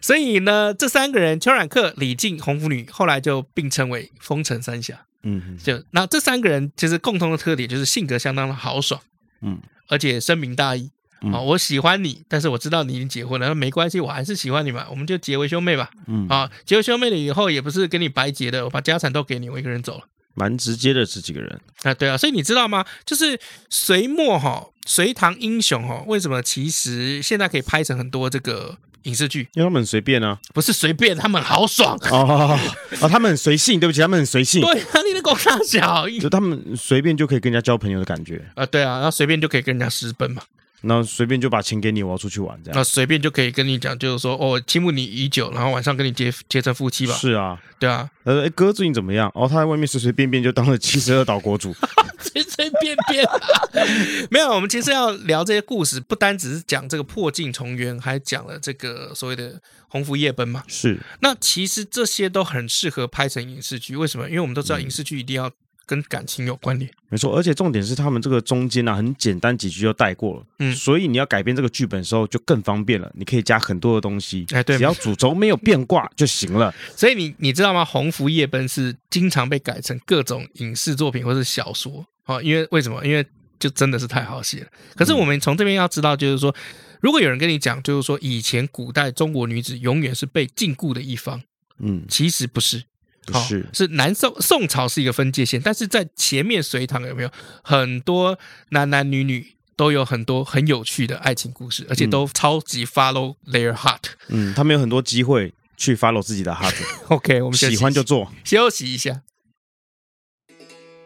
Speaker 3: 所以呢，这三个人，裘冉克、李靖、红拂女，后来就并称为风尘三侠。
Speaker 5: 嗯，
Speaker 3: 就那这三个人其实共同的特点就是性格相当的豪爽，
Speaker 5: 嗯，
Speaker 3: 而且深明大义。
Speaker 5: 嗯
Speaker 3: 啊、我喜欢你，但是我知道你已经结婚了，那没关系，我还是喜欢你嘛，我们就结为兄妹吧。
Speaker 5: 嗯
Speaker 3: 啊，结为兄妹了以后，也不是跟你白结的，我把家产都给你，我一个人走了。
Speaker 5: 蛮直接的这几个人。
Speaker 3: 啊，对啊，所以你知道吗？就是隋末哈、隋唐英雄哈、为什么其实现在可以拍成很多这个影视剧？
Speaker 5: 因为他们很随便啊。
Speaker 3: 不是随便，他们好 爽。
Speaker 5: 哦哦，他们很随性，对不起，他们很随性，
Speaker 3: 对啊，你的狗大 小
Speaker 5: 就他们随便就可以跟人家交朋友的感觉，
Speaker 3: 啊，对啊，然后随便就可以跟人家私奔嘛。
Speaker 5: 然后随便就把钱给你，我要出去玩这
Speaker 3: 那
Speaker 5: 样。
Speaker 3: 随便就可以跟你讲，就是说，哦，倾慕你已久，然后晚上跟你结结成夫妻吧，
Speaker 5: 是啊，
Speaker 3: 对啊，
Speaker 5: 呃，诶哥最近怎么样？哦，他在外面随随便便就当了七十二岛国主。
Speaker 3: 随随便便、啊 没有，我们其实要聊这些故事，不单只是讲这个破镜重圆，还讲了这个所谓的鸿福夜奔嘛。
Speaker 5: 是，
Speaker 3: 那其实这些都很适合拍成影视剧，为什么？因为我们都知道影视剧一定要跟感情有关联。
Speaker 5: 没错，而且重点是他们这个中间呢、啊很简单几句就带过了，
Speaker 3: 嗯
Speaker 5: 所以你要改变这个剧本的时候就更方便了，你可以加很多的东西，
Speaker 3: 哎对
Speaker 5: 只要主轴没有变卦就行了。
Speaker 3: 所以你你知道吗？《鸿福夜奔》是经常被改成各种影视作品或是小说哦，因为为什么？因为就真的是太好写了。可是我们从这边要知道，就是说，如果有人跟你讲，就是说以前古代中国女子永远是被禁锢的一方，
Speaker 5: 嗯，
Speaker 3: 其实不是。
Speaker 5: 不是
Speaker 3: 哦、是南宋宋朝是一个分界线，但是在前面隋唐有没有很多男男女女都有很多很有趣的爱情故事，而且都超级 follow their heart。
Speaker 5: 嗯，他们有很多机会去 follow 自己的 heart，
Speaker 3: OK，我们休息
Speaker 5: 喜欢就做。
Speaker 3: 休息一下。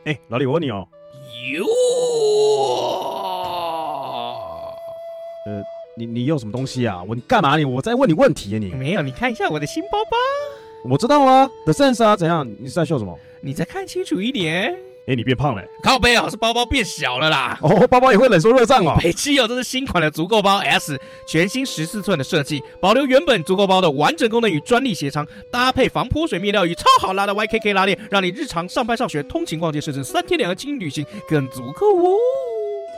Speaker 5: 哎，老李，我问你哦，
Speaker 3: 哟，
Speaker 5: 你你用什么东西啊？我你干嘛你？我在问你问题啊你！
Speaker 3: 没有，你看一下我的新包包，
Speaker 5: 我知道啊，The Sense 啊，怎样？你是在秀什么？
Speaker 3: 你再看清楚一点。
Speaker 5: 哎，你变胖了欸、
Speaker 3: 靠背哦，是包包变小了啦。
Speaker 5: 哦，包包也会冷缩热胀哦。
Speaker 3: 北汽哦，这是新款的足够包 S，全新十四寸的设计，保留原本足够包的完整功能与专利鞋长，搭配防泼水面料与超好拉的 YKK 拉链，让你日常上班、上学、通勤、逛街，甚至三天两夜轻旅行更足够哦。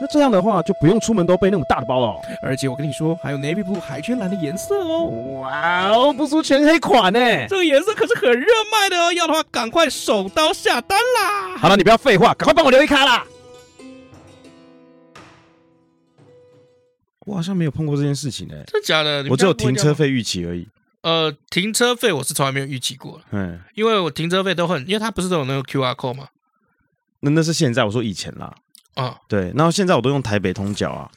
Speaker 5: 那这样的话就不用出门都背那么大的包了哦、
Speaker 3: 而且我跟你说，还有 navy blue 海军蓝的颜色哦，
Speaker 5: 哇哦，不出全黑款呢、
Speaker 3: 这个颜色可是很热卖的哦，要的话赶快手刀下单啦！
Speaker 5: 好了，你不要废话，赶快帮我留一卡啦！我好像没有碰过这件事情哎、
Speaker 3: 真的假的
Speaker 5: 我只有停车。费预期而已。
Speaker 3: 呃，停车费我是从来没有预期过的，
Speaker 5: 嗯，
Speaker 3: 因为我停车费都很，因为它不是都有那个 QR code 嘛，
Speaker 5: 那那是现在，我说以前啦。
Speaker 3: 啊、
Speaker 5: 对，然后现在我都用台北通缴啊，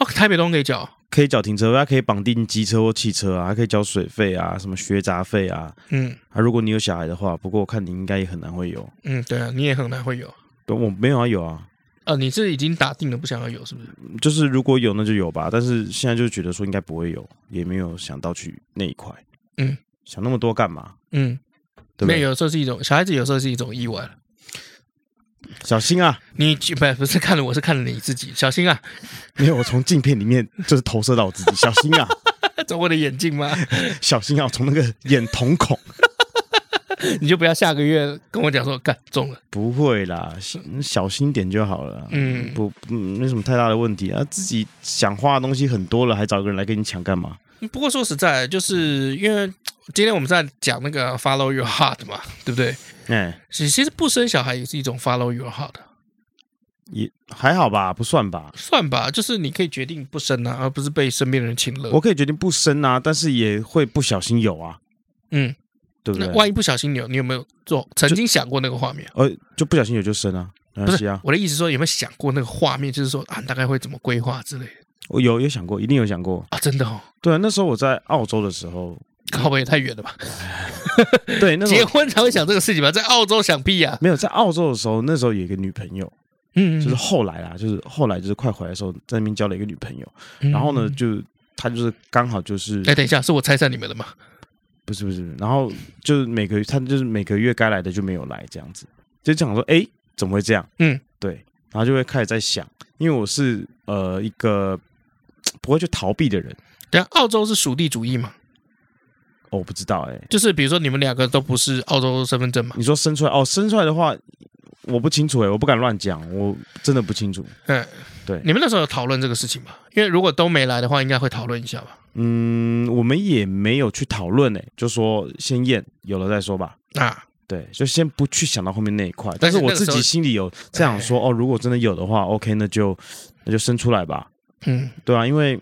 Speaker 3: 哦，台北东可以缴，
Speaker 5: 可以缴停车费，还可以绑定机车或汽车啊，还可以缴水费啊，什么学杂费啊。
Speaker 3: 嗯
Speaker 5: 啊，如果你有小孩的话，不过我看你应该也很难会有。
Speaker 3: 嗯，对啊，你也很难会有。
Speaker 5: 我没有啊，有啊，
Speaker 3: 呃，你是已经打定了不想要有，是不是？
Speaker 5: 就是如果有那就有吧，但是现在就觉得说应该不会有，也没有想到去那一块。
Speaker 3: 嗯，
Speaker 5: 想那么多干嘛？
Speaker 3: 嗯，
Speaker 5: 对不
Speaker 3: 没
Speaker 5: 对？
Speaker 3: 有，有时候是一种小孩子，有时候是一种意外了。
Speaker 5: 小心啊！
Speaker 3: 你不不是看了我，是看了你自己，小心啊，
Speaker 5: 没有，我从镜片里面就是投射到我自己，小心啊，
Speaker 3: 走我的眼镜吗？
Speaker 5: 小心啊！我从那个眼瞳孔，
Speaker 3: 你就不要下个月跟我讲说干中了。
Speaker 5: 不会啦，小小心点就好了。
Speaker 3: 嗯
Speaker 5: 不，嗯，没什么太大的问题啊。自己想花的东西很多了，还找一个人来跟你抢干嘛？
Speaker 3: 嗯不过说实在，就是因为今天我们在讲那个 follow your heart 嘛，对不对？
Speaker 5: 哎，
Speaker 3: 其其实不生小孩也是一种 follow your heart，
Speaker 5: 也还好吧，不算吧。
Speaker 3: 算吧，就是你可以决定不生啊，而不是被身边的人请了。
Speaker 5: 我可以决定不生啊，但是也会不小心有啊，
Speaker 3: 嗯，
Speaker 5: 对不
Speaker 3: 那
Speaker 5: 对？
Speaker 3: 万一不小心有，你有没有做曾经想过那个画面？
Speaker 5: 呃，就不小心有就生啊，没
Speaker 3: 不是
Speaker 5: 关系啊。
Speaker 3: 我的意思说，有没有想过那个画面？就是说啊，大概会怎么规划之类的
Speaker 5: 我有有想过，一定有想过。
Speaker 3: 啊？真的哦，
Speaker 5: 对啊，那时候我在澳洲的时候，
Speaker 3: 靠北也太远了吧？
Speaker 5: 对，那时
Speaker 3: 结
Speaker 5: 候
Speaker 3: 婚才会想这个事情吧？在澳洲想必呀、
Speaker 5: 没有在澳洲的时候，那时候有一个女朋友，
Speaker 3: 嗯，
Speaker 5: 就是后来啦，就是后来就是快回来的时候，在那边交了一个女朋友，
Speaker 3: 嗯
Speaker 5: 然后呢，，就她就是刚好就是
Speaker 3: 哎，等一下，是我拆散你们的吗？
Speaker 5: 不是不是，然后就是每个她就是每个月该来的就没有来这样子，就想说哎怎么会这样？
Speaker 3: 嗯，
Speaker 5: 对，然后就会开始在想，因为我是呃一个嘖不会去逃避的人，
Speaker 3: 对啊，澳洲是属地主义嘛，
Speaker 5: 哦我不知道哎、
Speaker 3: 就是比如说你们两个都不是澳洲身份证嘛，
Speaker 5: 你说生出来哦生出来的话。我不清楚哎、我不敢乱讲，我真的不清楚。
Speaker 3: 嗯，
Speaker 5: 对
Speaker 3: 你们那时候有讨论这个事情吗？因为如果都没来的话，应该会讨论一下吧。
Speaker 5: 嗯，我们也没有去讨论哎、就说先验有了再说吧。
Speaker 3: 啊，
Speaker 5: 对，就先不去想到后面那一块，
Speaker 3: 但
Speaker 5: 但
Speaker 3: 是
Speaker 5: 是
Speaker 3: 那
Speaker 5: 我
Speaker 3: 个
Speaker 5: 自
Speaker 3: 时候哎
Speaker 5: 己心里有这样说哦，如果真的有的话，OK，那就那就生出来吧，
Speaker 3: 嗯，
Speaker 5: 对啊，因为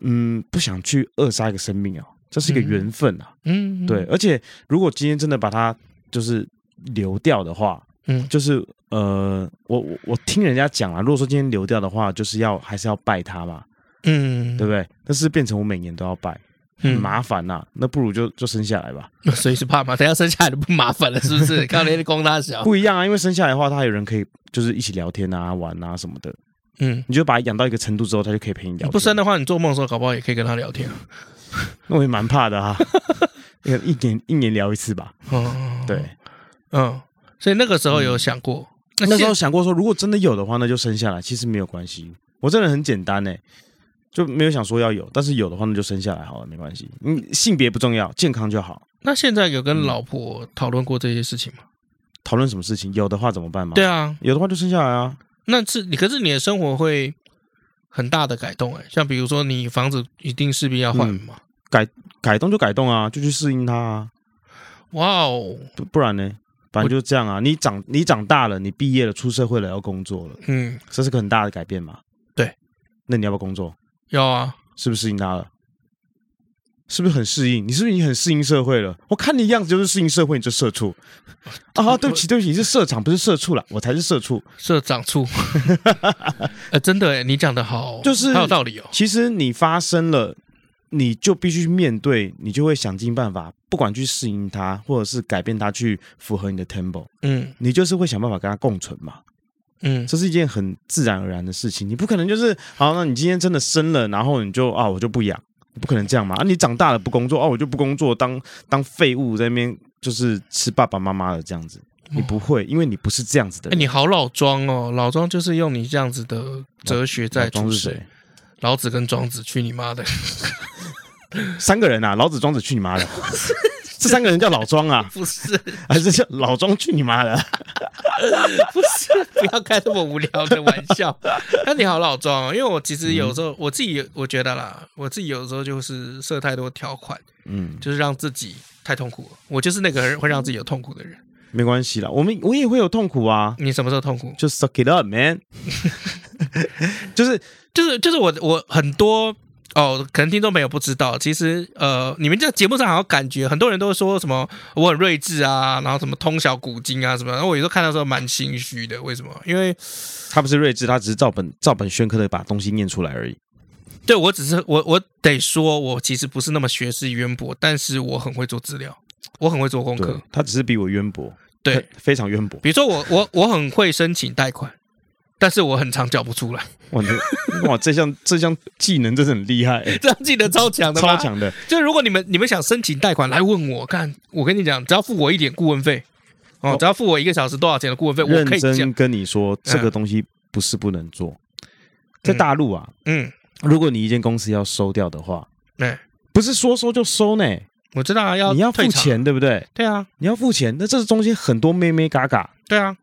Speaker 5: 嗯，不想去扼杀一个生命啊，这是一个
Speaker 3: 嗯
Speaker 5: 缘分啊，
Speaker 3: 嗯，
Speaker 5: 对，，而且如果今天真的把它就是流掉的话，
Speaker 3: 嗯
Speaker 5: 就是呃，我我我听人家讲啊，如果说今天流掉的话，就是要还是要拜他嘛，
Speaker 3: 嗯，
Speaker 5: 对不对？但是变成我每年都要拜，很
Speaker 3: 嗯，
Speaker 5: 麻烦呐、那不如就就生下来吧。
Speaker 3: 所以是怕嘛，等一下生下来就不麻烦了，是不 是？靠，连公大小，
Speaker 5: 不一样啊，因为生下来的话，他还有人可以就是一起聊天啊、玩啊什么的。
Speaker 3: 嗯。
Speaker 5: 你就把它养到一个程度之后，他就可以陪你聊天。
Speaker 3: 不生的话，你做梦的时候搞不好也可以跟他聊天啊。
Speaker 5: 那我也蛮怕 的啊，一一年一年聊一次吧。
Speaker 3: 哦，
Speaker 5: 对，
Speaker 3: 嗯，所以那个时候有想过，
Speaker 5: 嗯那时
Speaker 3: 现
Speaker 5: 候想过说，如果真的有的话，那就生下来，其实没有关系。我这人很简单呢、就没有想说要有，但是有的话那就生下来好了，没关系。嗯，性别不重要，健康就好。
Speaker 3: 那现在有跟老婆讨论过这些事情吗？
Speaker 5: 嗯讨论什么事情，有的话怎么办嘛？
Speaker 3: 对
Speaker 5: 啊，
Speaker 3: 啊，
Speaker 5: 有的话就生下来啊。
Speaker 3: 那是你，可是你的生活会很大的改动哎、像比如说你房子一定势必要换嘛。
Speaker 5: 改动就改动啊，就去适应它啊，
Speaker 3: 哇哦，
Speaker 5: 不不然呢？反正就是这样啊。你长你长大了，你毕业了，出社会了，要工作了。
Speaker 3: 嗯，
Speaker 5: 这是个很大的改变嘛？
Speaker 3: 对，
Speaker 5: 那你要不要工作？
Speaker 3: 要啊，
Speaker 5: 是不是适应他了？是不是很适应？你是不是已经很适应社会了？我看你样子就是适应社会，你就社畜啊！对不起，对不起，你是社长，不是社畜啦，我才是社畜。
Speaker 3: 社长 处。呃，真的哎、你讲的好，
Speaker 5: 就是
Speaker 3: 很有道理哦。
Speaker 5: 其实你发生了，你就必须面对，你就会想尽办法不管去适应它，或者是改变它去符合你的 tempo，
Speaker 3: 嗯
Speaker 5: 你就是会想办法跟它共存嘛。
Speaker 3: 嗯
Speaker 5: 这是一件很自然而然的事情，你不可能就是好，那你今天真的生了，然后你就啊，我就不养，不可能这样嘛。啊，你长大了不工作，哦、我就不工作，当当废物在那边就是吃爸爸妈妈的这样子，你不会，因为你不是这样子
Speaker 3: 哎，
Speaker 5: 的人。
Speaker 3: 你好老庄哦，老庄就是用你这样子的哲学在
Speaker 5: 老庄
Speaker 3: 处
Speaker 5: 是
Speaker 3: 事
Speaker 5: 谁。？
Speaker 3: 老子跟庄子，去你妈 的！
Speaker 5: 三个人啊，老子、庄子去你妈的！ 这三个人叫老庄啊，
Speaker 3: 不是，
Speaker 5: 还是叫老庄去你妈的？
Speaker 3: 不是，不要开这么无聊的玩 笑。那你好老庄哦，因为我其实有时
Speaker 5: 嗯
Speaker 3: 候、我自己我觉得啦，我自己有时候就是设太多条款，
Speaker 5: 嗯，
Speaker 3: 就是让自己太痛苦了。我就是那个会让自己有痛苦的人。
Speaker 5: 没关系啦，我们我也会有痛苦啊，
Speaker 3: 你什么时候痛苦？
Speaker 5: 就 suck it up man，就是
Speaker 3: 就是就是我我很多哦，可能听众朋友不知道，其实呃，你们在节目上好像感觉很多人都说什么我很睿智啊，然后什么通晓古今啊什么，然后我有时候看到的时候蛮心虚的。为什么？因为
Speaker 5: 他不是睿智，他只是照本照本宣科的把东西念出来而已。
Speaker 3: 对我只是我我得说，我其实不是那么学识渊博，但是我很会做资料，我很会做功
Speaker 5: 对
Speaker 3: 课。，
Speaker 5: 他只是比我渊博，
Speaker 3: 对，
Speaker 5: 他非常渊博。
Speaker 3: 比如说我我我很会申请贷款，但是我很常缴不出来，
Speaker 5: 哇，你哇，这项 这项技能真的很 厉害、
Speaker 3: 这样记得超强的吗
Speaker 5: 超。强的。
Speaker 3: 就如果你们你们想申请贷款来问我，看我跟你讲，只要付我一点顾问费，哦
Speaker 5: 哦，
Speaker 3: 只要付我一个小时多少钱的顾问费，我
Speaker 5: 认
Speaker 3: 可以
Speaker 5: 真
Speaker 3: 讲，嗯
Speaker 5: 跟你说，这个东西不是不能做，在大陆啊，
Speaker 3: 嗯，
Speaker 5: 如果你一间公司要收掉的话，
Speaker 3: 哎，
Speaker 5: 不是说收就收呢，
Speaker 3: 我知道啊，要
Speaker 5: 你要付
Speaker 3: 退场，
Speaker 5: 钱，对不对？
Speaker 3: 对啊，
Speaker 5: 你要付钱，那这中间很多妹妹嘎嘎。
Speaker 3: 对啊，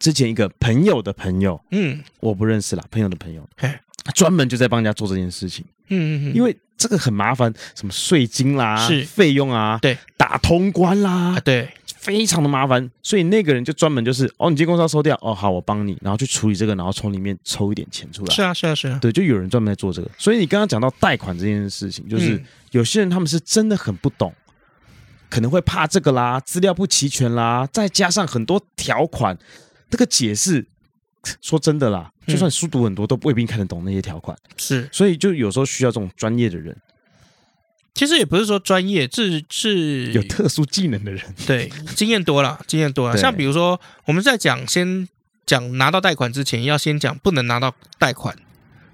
Speaker 5: 之前一个朋友的朋友，
Speaker 3: 嗯
Speaker 5: 我不认识啦，朋友的朋友
Speaker 3: 嘿，
Speaker 5: 专门就在帮人家做这件事情，
Speaker 3: 嗯嗯，
Speaker 5: 因
Speaker 3: 为
Speaker 5: 为这个很麻烦，什么税金啦、
Speaker 3: 是
Speaker 5: 费用啊、
Speaker 3: 对
Speaker 5: 打通关啦
Speaker 3: 啊，对，
Speaker 5: 非常的麻烦，所以那个人就专门就是哦，你今天公司要收掉，哦好，我帮你，然后去处理这个，然后从里面抽一点钱出来
Speaker 3: 是。啊是啊是啊，
Speaker 5: 对，就有人专门在做这个。所以你刚刚讲到贷款这件事情，就是、
Speaker 3: 嗯
Speaker 5: 有些人他们是真的很不懂，可能会怕这个啦，资料不齐全啦，再加上很多条款，那个解释，说真的啦，
Speaker 3: 嗯
Speaker 5: 就算书读很多，都未必看得懂那些条款。
Speaker 3: 是，
Speaker 5: 所以就有时候需要这种专业的人，
Speaker 3: 其实也不是说专业，是是
Speaker 5: 有特殊技能的人。
Speaker 3: 对，经验多了，经验多了。
Speaker 5: 对
Speaker 3: 像比如说，我们在讲先讲拿到贷款之前，要先讲不能拿到贷款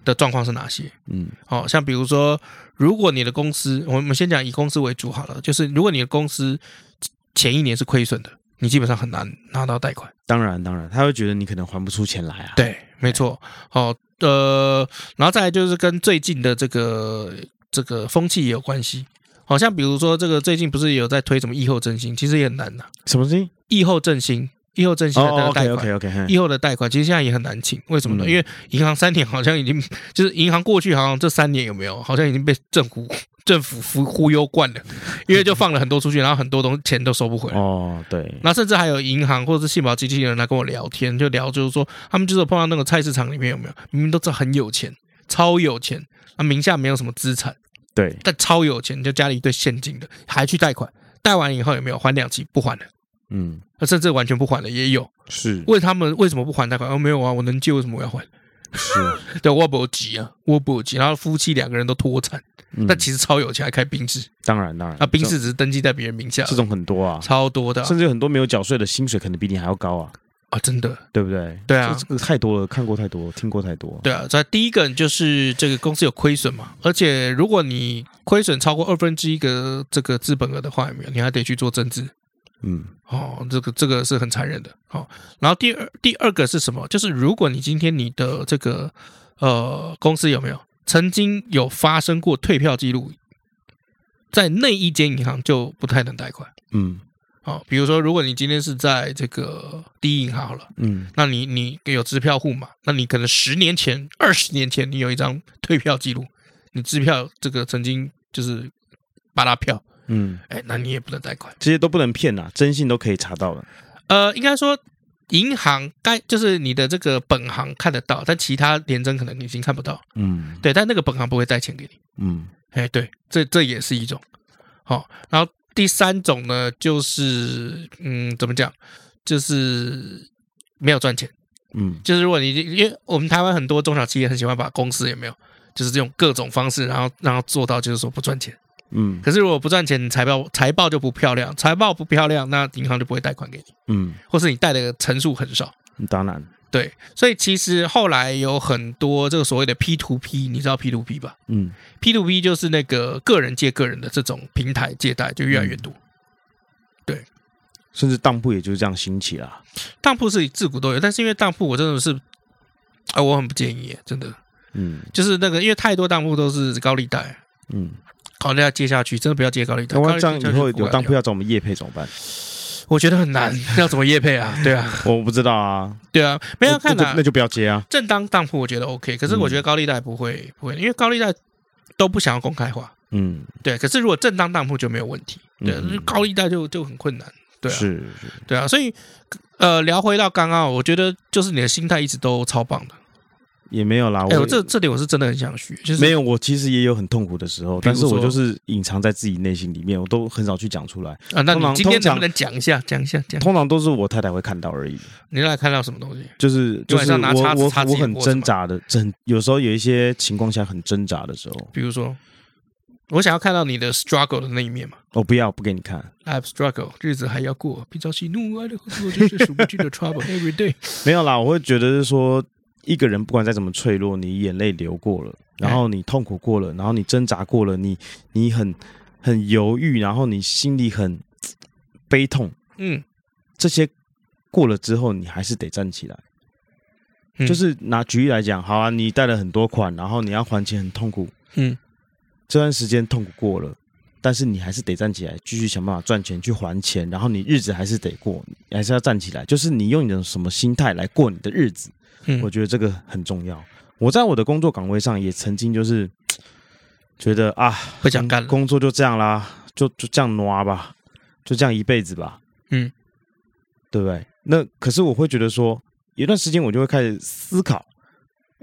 Speaker 3: 的状况是哪些。
Speaker 5: 嗯，
Speaker 3: 哦，像比如说，如果你的公司，我们先讲以公司为主好了，就是如果你的公司前一年是亏损的，你基本上很难拿到贷款。
Speaker 5: 当然当然，他会觉得你可能还不出钱来啊。
Speaker 3: 对，没错。哦，呃，然后再来就是跟最近的这个这个风气也有关系。好、像比如说这个最近不是有在推什么疫后振兴，其实也很难啊拿。
Speaker 5: 什么东西？
Speaker 3: 疫后振兴，疫后振兴的
Speaker 5: 哦
Speaker 3: 贷款。
Speaker 5: ，OK OK OK，
Speaker 3: 以后的贷款其实现在也很难请，为什么呢？
Speaker 5: 嗯
Speaker 3: 因为银行三年好像已经， 就是银行过去好像这三年有没有，好像已经被政府 政府忽忽悠惯 了，因为就放了很多出去，然后很多东西钱都收不回来。
Speaker 5: 哦，对，
Speaker 3: 然后甚至还有银行或者是信保机器人来跟我聊天，就聊就是说，他们就是有碰到那个菜市场里面有没有，明明都知道很有钱，超有钱，啊名下没有什么资产，
Speaker 5: 对，
Speaker 3: 但超有钱，就家里一堆现金的，还去贷款，贷完以后有没有还两期不还了，
Speaker 5: 嗯，
Speaker 3: 甚至完全不还了也有。
Speaker 5: 是
Speaker 3: 问他们为什么不还贷款？哦，没有啊，我能借，为什么我要还？
Speaker 5: 是，
Speaker 3: 对，我不急啊，我不急。然后夫妻两个人都脱产，
Speaker 5: 嗯
Speaker 3: 但其实超有钱，还开宾士
Speaker 5: 当然当然，
Speaker 3: 啊，宾士只是登记在别人名下，
Speaker 5: 这种很多啊，
Speaker 3: 超多的啊
Speaker 5: 甚至有很多没有缴税的薪水可能比你还要高啊，
Speaker 3: 啊，真的，
Speaker 5: 对不对？
Speaker 3: 对啊
Speaker 5: 这这个太多了，看过太多，听过太多。
Speaker 3: 对啊。所以第一个就是这个公司有亏损嘛，而且如果你亏损超过二分之一个这个资本额的话，有没有？你还得去做增资。
Speaker 5: 嗯，
Speaker 3: 哦，这个这个是很残忍的。哦，然后第二第二个是什么？就是如果你今天你的这个呃公司有没有曾经有发生过退票记录，在那一间银行就不太能贷款。
Speaker 5: 嗯
Speaker 3: 哦，比如说如果你今天是在这个第一银行好了，
Speaker 5: 嗯，
Speaker 3: 那你你有支票户嘛？那你可能十年前、二十年前你有一张退票记录，你支票这个曾经就是扒拉票，
Speaker 5: 嗯，
Speaker 3: 哎，那你也不能贷款。
Speaker 5: 这些都不能骗呐，征信都可以查到的。
Speaker 3: 呃，应该说银行该就是你的这个本行看得到，但其他联征可能已经看不到。
Speaker 5: 嗯
Speaker 3: 对，但那个本行不会带钱给你。
Speaker 5: 嗯，
Speaker 3: 哎，对，这这也是一种。好、然后第三种呢，就是嗯，怎么讲，就是没有赚钱。
Speaker 5: 嗯，
Speaker 3: 就是如果你因为我们台湾很多中小企业很喜欢把公司有没有，就是这种各种方式，然后然后做到就是说不赚钱。
Speaker 5: 嗯
Speaker 3: 可是如果不赚钱，你财报财报就不漂亮，财报不漂亮，那银行就不会贷款给你，
Speaker 5: 嗯，
Speaker 3: 或是你贷的层数很少。
Speaker 5: 当然，
Speaker 3: 对，所以其实后来有很多这个所谓的 P to P，你知道 P to P 吧
Speaker 5: 嗯，
Speaker 3: ？P to P 就是那个个人借个人的这种平台借贷就越来越多。
Speaker 5: 甚至当铺也就是这样兴起啦。
Speaker 3: 当铺是自古都有，但是因为当铺我真的是，啊，我很不建议，真的
Speaker 5: 嗯
Speaker 3: 就是那个，因为太多当铺都是高利贷，
Speaker 5: 嗯，
Speaker 3: 高利贷借下去真的不要借高利贷。
Speaker 5: 那
Speaker 3: 高
Speaker 5: 万
Speaker 3: 利
Speaker 5: 一这
Speaker 3: 贷
Speaker 5: 样以
Speaker 3: 借下去
Speaker 5: 后
Speaker 3: 不管
Speaker 5: 有当铺
Speaker 3: 了，
Speaker 5: 要找我们叶配怎么办？
Speaker 3: 我觉得很 难，要怎么业配啊？对啊，
Speaker 5: 我不知道啊，
Speaker 3: 对啊， 没有看
Speaker 5: 那
Speaker 3: 啊
Speaker 5: 就那，就不要接啊。
Speaker 3: 正当当铺我觉得 OK，可是我觉得
Speaker 5: 嗯
Speaker 3: 高利贷不会不会，因为高利贷都不想要公开化。
Speaker 5: 嗯，
Speaker 3: 对，可是如果正当当铺就没有问题，对，
Speaker 5: 嗯
Speaker 3: 高利贷就就很困难，对啊，
Speaker 5: 是，是
Speaker 3: 对啊，所以呃，聊回到刚刚，我觉得就是你的心态一直都超棒的。
Speaker 5: 啊也没有啦。
Speaker 3: 哎、我这这点我是真的很想学，就是
Speaker 5: 没有，我其实也有很痛苦的时候，
Speaker 3: 比如
Speaker 5: 但是我
Speaker 3: 说
Speaker 5: 就是隐藏在自己内心里面，我都很少去讲出来。
Speaker 3: 啊，那
Speaker 5: 通
Speaker 3: 你
Speaker 5: 常
Speaker 3: 今天能
Speaker 5: 通常
Speaker 3: 不能讲一下，讲一下，讲一下？
Speaker 5: 通常都是我太太会看到而已。
Speaker 3: 你来看到什么东西？
Speaker 5: 就是
Speaker 3: 就
Speaker 5: 就
Speaker 3: 晚
Speaker 5: 是
Speaker 3: 上拿
Speaker 5: 我
Speaker 3: 叉子
Speaker 5: 我
Speaker 3: 叉自
Speaker 5: 我
Speaker 3: 己
Speaker 5: 很
Speaker 3: 脖子
Speaker 5: 挣
Speaker 3: 嘛
Speaker 5: 扎的，很有时候有一些情况下很挣扎的时候，
Speaker 3: 比如说，我想要看到你的 struggle 的那一面嘛。
Speaker 5: 我哦不要不给你看，
Speaker 3: I have struggle，日子还要过，比较喜怒哀乐和多这是数不尽的 trouble every day。
Speaker 5: 没有啦，我会觉得是说一个人不管再怎么脆弱，你眼泪流过了，然后你痛苦过了，然后你挣扎过了，你你很很犹豫，然后你心里很悲痛，
Speaker 3: 嗯，
Speaker 5: 这些过了之后，你还是得站起来。
Speaker 3: 嗯
Speaker 5: 就是拿举例来讲，好啊，你贷了很多款，然后你要还钱很痛苦，
Speaker 3: 嗯，
Speaker 5: 这段时间痛苦过了，但是你还是得站起来，继续想办法赚钱去还钱，然后你日子还是得过，你还是要站起来，就是你用你的什么心态来过你的日子，
Speaker 3: 嗯
Speaker 5: 我觉得这个很重要。我在我的工作岗位上也曾经就是觉得啊，
Speaker 3: 不想干了。
Speaker 5: 工作就这样啦，就就这样挪吧，就这样一辈子吧，
Speaker 3: 嗯，
Speaker 5: 对不对？那可是我会觉得说，有一段时间我就会开始思考，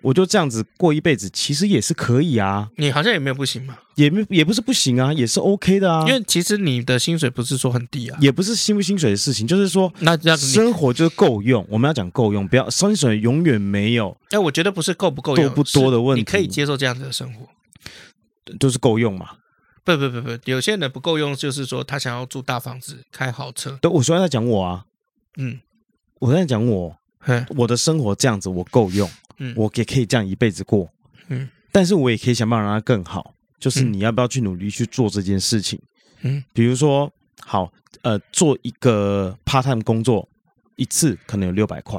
Speaker 5: 我就这样子过一辈子，其实也是可以啊，
Speaker 3: 你好像也没有不行嘛，
Speaker 5: 也没也不是不行啊，也是 OK 的啊，
Speaker 3: 因为其实你的薪水不是说很低啊。
Speaker 5: 也不是薪不薪水的事情，就是说。
Speaker 3: 那这样子你，
Speaker 5: 生活就是够用，我们要讲够用，不要薪水永远没有，
Speaker 3: 哎，我觉得不是够不够
Speaker 5: 多
Speaker 3: 用，
Speaker 5: 不多的
Speaker 3: 是
Speaker 5: 问
Speaker 3: 你可以
Speaker 5: 题
Speaker 3: 接受这样子的生活。
Speaker 5: 就是够用嘛。
Speaker 3: 不不不不，有些人不够用，就是说他想要住大房子、开豪车。
Speaker 5: 对，我说在讲我啊，
Speaker 3: 嗯，
Speaker 5: 我在讲我，
Speaker 3: 嘿，
Speaker 5: 我的生活这样子我够用，
Speaker 3: 嗯
Speaker 5: 我也可以这样一辈子过，
Speaker 3: 嗯，
Speaker 5: 但是我也可以想办法让它更好，就是
Speaker 3: 嗯
Speaker 5: 你要不要去努力去做这件事情，
Speaker 3: 嗯，
Speaker 5: 比如说，好，呃，做一个 part time 工作一次可能有六百块，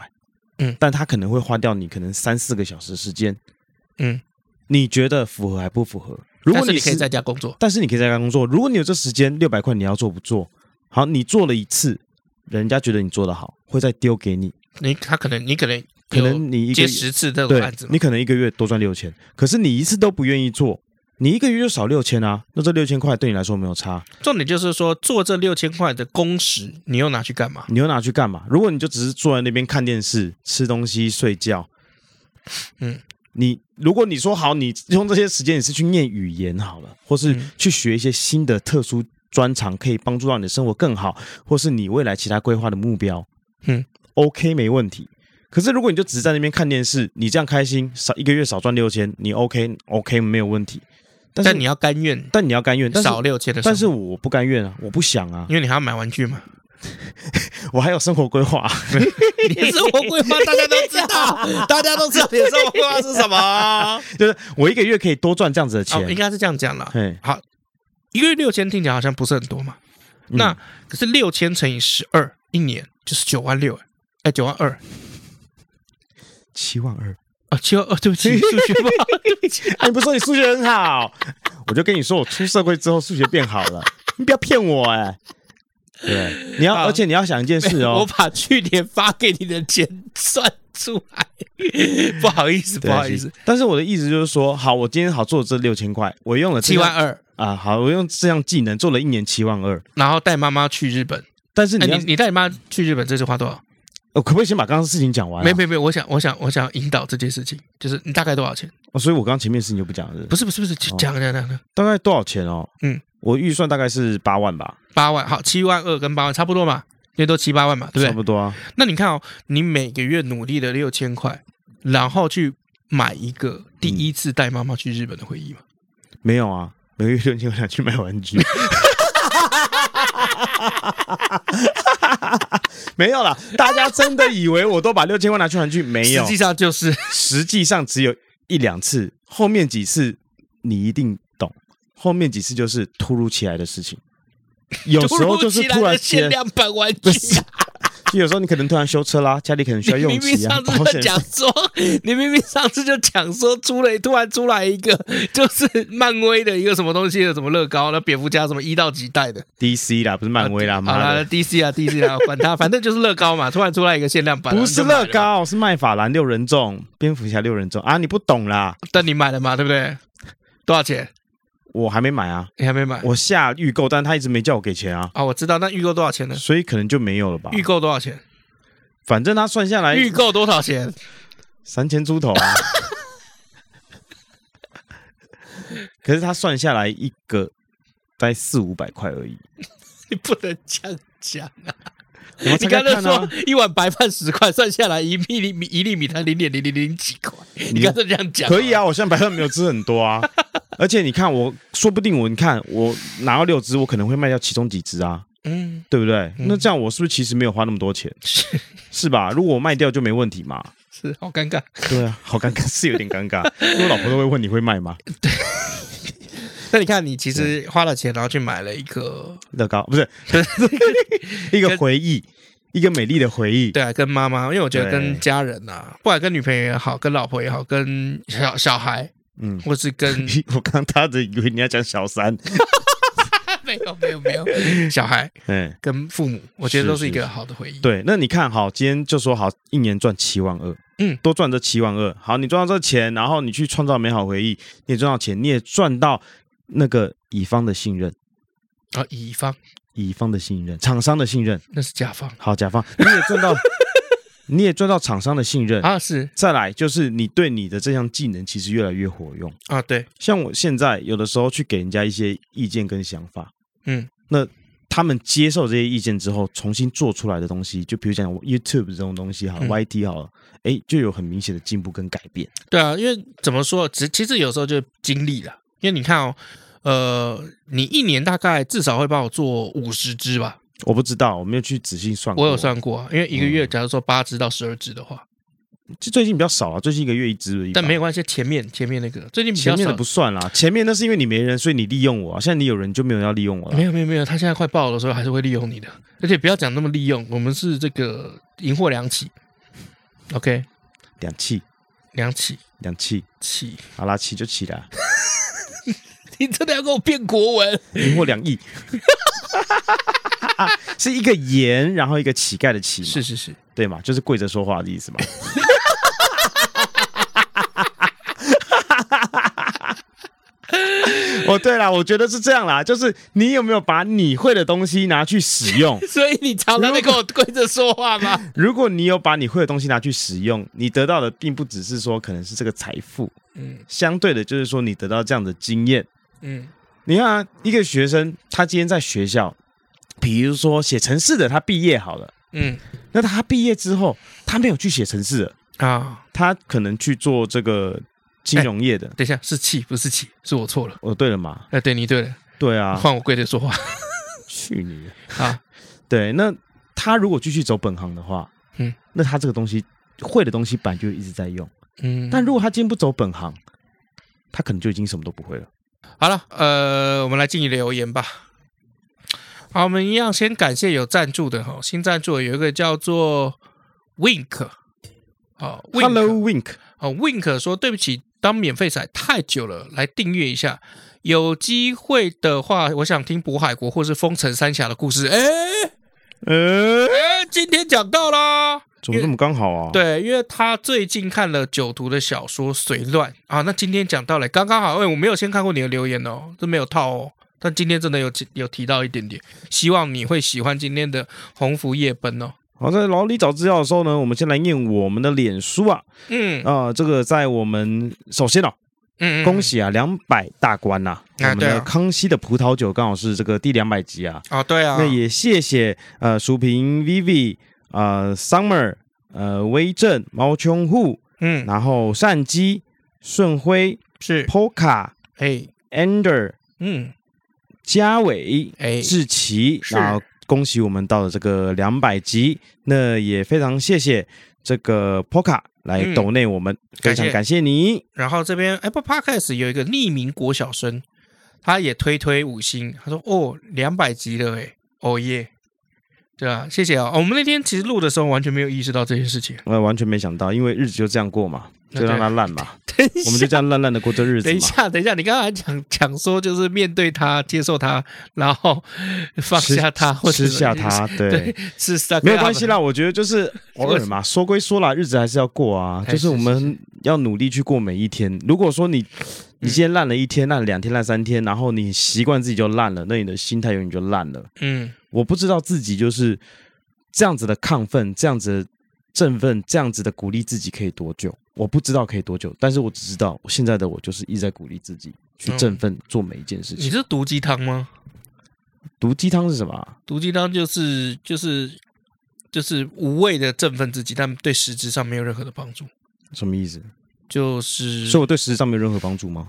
Speaker 3: 嗯
Speaker 5: 但他可能会花掉你可能三四个小时时间，
Speaker 3: 嗯，
Speaker 5: 你觉得符合还不符合？如
Speaker 3: 但
Speaker 5: 果
Speaker 3: 是
Speaker 5: 你
Speaker 3: 你可以
Speaker 5: 是
Speaker 3: 在家工作。
Speaker 5: 但是你可以在家工作。如果你有这时间六百块，你要做不做？好，你做了一次，人家觉得你做得好，会再丢给你。
Speaker 3: 你他可能你可能
Speaker 5: 可能你一
Speaker 3: 有
Speaker 5: 个
Speaker 3: 接十次这种
Speaker 5: 对
Speaker 3: 案子，嘛，
Speaker 5: 你可能一个月多赚六千，可是你一次都不愿意做，你一个月就少六千啊。那这六千块对你来说没有差，
Speaker 3: 重点就是说做这六千块的工时，你又拿去干嘛？
Speaker 5: 你又拿去干嘛？如果你就只是坐在那边看电视、吃东西、睡觉，
Speaker 3: 嗯，
Speaker 5: 你如果你说好，你用这些时间你是去念语言好了，或是
Speaker 3: 嗯
Speaker 5: 去学一些新的特殊专长，可以帮助到你的生活更好，或是你未来其他规划的目标，
Speaker 3: 嗯
Speaker 5: ，OK 没问题。可是如果你就只是在那边看电视，你这样开心，少一个月少赚六千，你 OK OK 没有问题。但是
Speaker 3: 但你要甘愿
Speaker 5: 但你要甘愿，但是
Speaker 3: 少六千嗯的生
Speaker 5: 但
Speaker 3: 活，
Speaker 5: 是我不甘愿啊，我不想啊，
Speaker 3: 因为你还要买玩具 嘛。
Speaker 5: 我还有生活规划啊、
Speaker 3: 你的生活规划大家都知道， 大家都知道你的生活规划是什么。
Speaker 5: 就是我一个月可以多赚这样子的钱
Speaker 3: 哦，。应该是这样讲啦。
Speaker 5: 嘿
Speaker 3: 好，一个月六千听起来好像不是很多嘛，
Speaker 5: 嗯
Speaker 3: 那可是六千乘以十二，一年就是九万六，哎，九万二
Speaker 5: 七万二，
Speaker 3: 啊，七万二，对不起，数学不好，对不起。
Speaker 5: 哎，你不是说你数学很好？ 我就跟你说，我出社会之后数学变好了，你不要骗我哎、对，你要，
Speaker 3: 好
Speaker 5: 而且你要想一件事
Speaker 3: 我
Speaker 5: 哦，
Speaker 3: 把去年发给你的钱算出来， 不好意思，
Speaker 5: 对
Speaker 3: 不好意思，。
Speaker 5: 但是我的意思就是说，好，我今天好做这六千块，我用了这
Speaker 3: 七
Speaker 5: 项
Speaker 3: 万二，
Speaker 5: 啊，好，我用这项技能做了一年七万二。
Speaker 3: 然后带妈妈去日本。
Speaker 5: 但是
Speaker 3: 哎，
Speaker 5: 你要，
Speaker 3: 你你带你妈去日本这次花多少？
Speaker 5: 我可不可以先把刚刚的事情讲完、啊？
Speaker 3: 没没没，我想我想我想引导这件事情，就是你大概多少钱？
Speaker 5: 哦，所以我刚刚前面事情就不讲了是不是
Speaker 3: 不是不是不是，
Speaker 5: 哦
Speaker 3: 讲讲讲讲，
Speaker 5: 大概多少钱哦？
Speaker 3: 嗯，
Speaker 5: 我预算大概是八万吧，
Speaker 3: 八万，好，七万二跟八万差不多嘛，因为都七八万嘛，对不对
Speaker 5: 差？不多啊。
Speaker 3: 那你看哦，你每个月努力的六千块，然后去买一个第一次带妈妈去日本的回忆嘛？
Speaker 5: 没有啊，每个月六千块拿去买玩具。 没有啦，大家真的以为我都把六千块拿去玩具？没有
Speaker 3: 实，际上就是
Speaker 5: 实际上只有一两次，后面几次你一定懂。后面几次就是突如其来的事情，有时候就是突然
Speaker 3: 限
Speaker 5: 间，
Speaker 3: 量版玩
Speaker 5: 不
Speaker 3: 具
Speaker 5: 是，就有时候你可能突然修车啦，家里可能需要
Speaker 3: 你
Speaker 5: 用
Speaker 3: 明明
Speaker 5: 钱啊，
Speaker 3: 上次
Speaker 5: 保
Speaker 3: 就
Speaker 5: 险
Speaker 3: 讲说，你明明上次就讲说出了突然出来一个，就是漫威的一个什么东西的什么乐高，那蝙蝠侠什么一到几代的，
Speaker 5: DC 啦，不是漫威啦，
Speaker 3: 好
Speaker 5: 妈
Speaker 3: 啦
Speaker 5: 的，
Speaker 3: ，DC 啊 DC 啊，管它，反正就是乐高嘛，突然出来一个限量版，
Speaker 5: 不是
Speaker 3: 你就买了
Speaker 5: 乐，高，是麦法兰六人众，蝙蝠侠六人众啊，你不懂啦，
Speaker 3: 但你买了嘛，对不对？多少钱？
Speaker 5: 我还没买啊，
Speaker 3: 你还没买？
Speaker 5: 我下预购，但他一直没叫我给钱啊，
Speaker 3: 啊，我知道，那预购多少钱呢？
Speaker 5: 所以可能就没有了吧。
Speaker 3: 预购多少钱？
Speaker 5: 反正他算下啊来
Speaker 3: 预购多少钱？
Speaker 5: 三千出 头啊。可是他算下来一个大概四五百块而已。
Speaker 3: 你不能这样讲啊！
Speaker 5: 我 们
Speaker 3: 你
Speaker 5: 猜猜
Speaker 3: 刚才
Speaker 5: 看
Speaker 3: 说
Speaker 5: 啊，
Speaker 3: 一碗白饭十块，算下来一粒米一粒米才零点零零零几块，你刚才这样讲
Speaker 5: 可以啊，我现在白饭没有吃很 多啊。而且你看我，说不定我你看我拿到六只，我可能会卖掉其中几只啊，
Speaker 3: 嗯，
Speaker 5: 对不对？那这样我是不是其实没有花那么多 钱？
Speaker 3: 是
Speaker 5: 是吧？如果我卖掉就没问题嘛。
Speaker 3: 是，好尴尬。
Speaker 5: 对啊，好尴尬，是有点尴尬。因为我老婆都会问你会卖吗？
Speaker 3: 那你看，你其实花了钱，然后去买了一个，
Speaker 5: 乐高 不是一个回忆，一个美丽的回忆。
Speaker 3: 对啊，跟妈妈，因为我觉得
Speaker 5: 对
Speaker 3: 跟家人啊，不管跟女朋友也好，跟老婆也好，跟小小孩，
Speaker 5: 嗯，
Speaker 3: 或是跟
Speaker 5: 我刚他的以为你要讲小三，
Speaker 3: 没有没有没有小孩
Speaker 5: 哎，
Speaker 3: 跟父母，我觉得都是一个
Speaker 5: 是是
Speaker 3: 好的回忆。
Speaker 5: 对，那你看好，今天就说好，一年赚七万二，
Speaker 3: 嗯
Speaker 5: 多赚这七万二，好，你赚到这钱，然后你去创造美好回忆，你也赚到钱，你也赚到那个乙方的信任，
Speaker 3: 啊，乙方
Speaker 5: 乙方的信任，厂商的信任，
Speaker 3: 那是甲方
Speaker 5: 好，甲方，你也赚 到，你也赚到厂商的信任，
Speaker 3: 啊，是
Speaker 5: 再来就是你对你的这项技能其实越来越活用。
Speaker 3: 啊，对，
Speaker 5: 像我现在有的时候去给人家一些意见跟想法，
Speaker 3: 嗯，
Speaker 5: 那他们接受这些意见之后，重新做出来的东西，就比如讲我 YouTube 这种东西好了、
Speaker 3: 嗯
Speaker 5: y t 好了，哎，就有很明显的进步跟改变。
Speaker 3: 对啊，因为怎么说，只其实有时候就经历了，因为你看哦，呃，你一年大概至少会帮我做五十支吧，
Speaker 5: 我不知道，我没有去仔细算过，
Speaker 3: 我有，算过啊，因为一个月假如说八支到十二支的话，
Speaker 5: 就最近比较少啊，最近一个月嗯一支而已吧。
Speaker 3: 但没有关系，前面前面那个最近比较
Speaker 5: 前面
Speaker 3: 少
Speaker 5: 的不算啦，前面那是因为你没人，所以你利用我、啊。现在你有人就没有人要利用我了
Speaker 3: 没。有没有没有，他现在快爆的时候还是会利用你的，而且不要讲那么利用，我们是这个赢货两起，OK，
Speaker 5: 两气，
Speaker 3: 两起
Speaker 5: 两气，
Speaker 3: 起，
Speaker 5: 好啦，气就气啦，
Speaker 3: 你真的要跟我变国文？
Speaker 5: 赢或两亿。 是一个言，然后一个乞丐的乞嘛，
Speaker 3: 是是是，
Speaker 5: 对嘛？就是跪着说话的意思嘛。 哦，对啦，我觉得是这样啦，就是你有没有把你会的东西拿去使用？
Speaker 3: 所以你常常在跟我跪着说话吗？
Speaker 5: 如果你有把你会的东西拿去使用，你得到的并不只是说可能是这个财富，
Speaker 3: 嗯
Speaker 5: 相对的就是说你得到这样的经验。
Speaker 3: 嗯
Speaker 5: 你看、啊，一个学生他今天在学校，比如说写程式的，他毕业好了，
Speaker 3: 嗯
Speaker 5: 那他毕业之后，他没有去写程式了。
Speaker 3: 啊，
Speaker 5: 他可能去做这个金融业的。
Speaker 3: 等一下是气不是气，是我错了。
Speaker 5: 哦，对了嘛，
Speaker 3: 哎、对你对了，
Speaker 5: 对啊，
Speaker 3: 换我跪着说话
Speaker 5: 去你的！
Speaker 3: 哦啊！
Speaker 5: 对，那他如果继续走本行的话，
Speaker 3: 嗯
Speaker 5: 嗯，那他这个东西会的东西本来就一直在用，
Speaker 3: 嗯，
Speaker 5: 但如果他今天不走本行，他可能就已经什么都不会了。
Speaker 3: 好了，呃，我们来进行留言吧。好，我们一样先感谢有赞助的哈，新赞助的有一个叫做 Wink，哦 w i n
Speaker 5: Hello
Speaker 3: k
Speaker 5: Wink，
Speaker 3: 哦 Wink 说对不起，当免费仔太久了，来订阅一下。有机会的话，我想听渤海国或是风城三峡的故事。哎
Speaker 5: 呃，
Speaker 3: 哎，今天讲到啦。
Speaker 5: 怎么这么刚好啊？，
Speaker 3: 对，因为他最近看了九图的小说《随乱》啊，那今天讲到了，刚刚好，哎、我没有先看过你的留言哦，这没有套哦，但今天真的有有提到一点点，希望你会喜欢今天的鸿福夜奔哦。
Speaker 5: 好，在老李找资料的时候呢，我们先来念我们的脸书啊，
Speaker 3: 嗯
Speaker 5: 啊、这个在我们首先哦，
Speaker 3: 嗯，嗯
Speaker 5: 恭喜啊，两百大关呐、
Speaker 3: 啊
Speaker 5: 我们
Speaker 3: 对啊
Speaker 5: 的康熙的葡萄酒刚好是这个第两百集啊，
Speaker 3: 啊，对啊
Speaker 5: 那，也谢谢呃，淑萍 Vivi 呃，Summer 呃，威正毛琼户，
Speaker 3: 嗯，
Speaker 5: 然后善基顺辉
Speaker 3: 是，
Speaker 5: Poka
Speaker 3: 哎，
Speaker 5: Ender
Speaker 3: 嗯，
Speaker 5: 嘉伟、
Speaker 3: 哎，
Speaker 5: 志奇，
Speaker 3: 是
Speaker 5: 然后恭喜我们到了这个两百集，那也非常谢谢这个 Poca 来
Speaker 3: 嗯
Speaker 5: 抖内我们，非
Speaker 3: 感谢
Speaker 5: 常感谢你。
Speaker 3: 然后这边 Apple Podcast 有一个匿名国小生，他也推推五星，他说哦，两百集了哎，哦耶，对啊，谢谢啊、哦我们那天其实录的时候完全没有意识到这件事情。
Speaker 5: 我完全没想到，因为日子就这样过嘛，
Speaker 3: 那
Speaker 5: 就让
Speaker 3: 对
Speaker 5: 它烂嘛，
Speaker 3: 等一
Speaker 5: 我们就这样烂烂的过这日子
Speaker 3: 等一
Speaker 5: 嘛。
Speaker 3: 下，等一下，你刚才讲讲说就是面对他、接受他，然后放
Speaker 5: 吃
Speaker 3: 下他，或者
Speaker 5: 吃下，他，对
Speaker 3: 对，，啊是 suck
Speaker 5: 没有关
Speaker 3: up
Speaker 5: 系啦。我觉得就是 偶尔嘛，说归说啦，日子还是要过啊。
Speaker 3: 哎
Speaker 5: 就是我
Speaker 3: 是嗯
Speaker 5: 们要努力去过每一天。如果说你你今天烂了一天、烂了两天、烂三天，然后你习惯自己就烂了，那你的心态永远就烂了。
Speaker 3: 嗯，
Speaker 5: 我不知道自己就是这样子的亢奋、这样子的振奋、这样子的鼓励自己可以多久，我不知道可以多久，但是我只知道现在的我就是一直在鼓励自己去振奋做每一件事
Speaker 3: 嗯你
Speaker 5: 情。
Speaker 3: 是毒鸡汤吗？
Speaker 5: 毒鸡汤是什么啊？
Speaker 3: 毒鸡汤就是就是就是无谓的振奋自己，但对实质上没有任何的帮助。
Speaker 5: 什么意思？
Speaker 3: 就是
Speaker 5: 所以我对实质上没有任何帮助吗？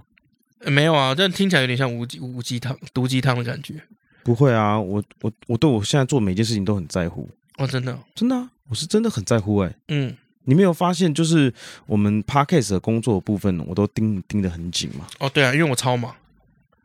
Speaker 3: 呃没有啊，但听起来有点像无鸡无鸡汤、毒鸡汤的感觉。
Speaker 5: 不会啊，我我我对我现在做每件事情都很在乎，
Speaker 3: 哦，真的哦，
Speaker 5: 真的、啊，我是真的很在乎哎、
Speaker 3: 嗯，
Speaker 5: 你没有发现，就是我们 podcast 的工作部分，我都盯盯得很紧嘛。
Speaker 3: 哦，对啊，因为我超忙。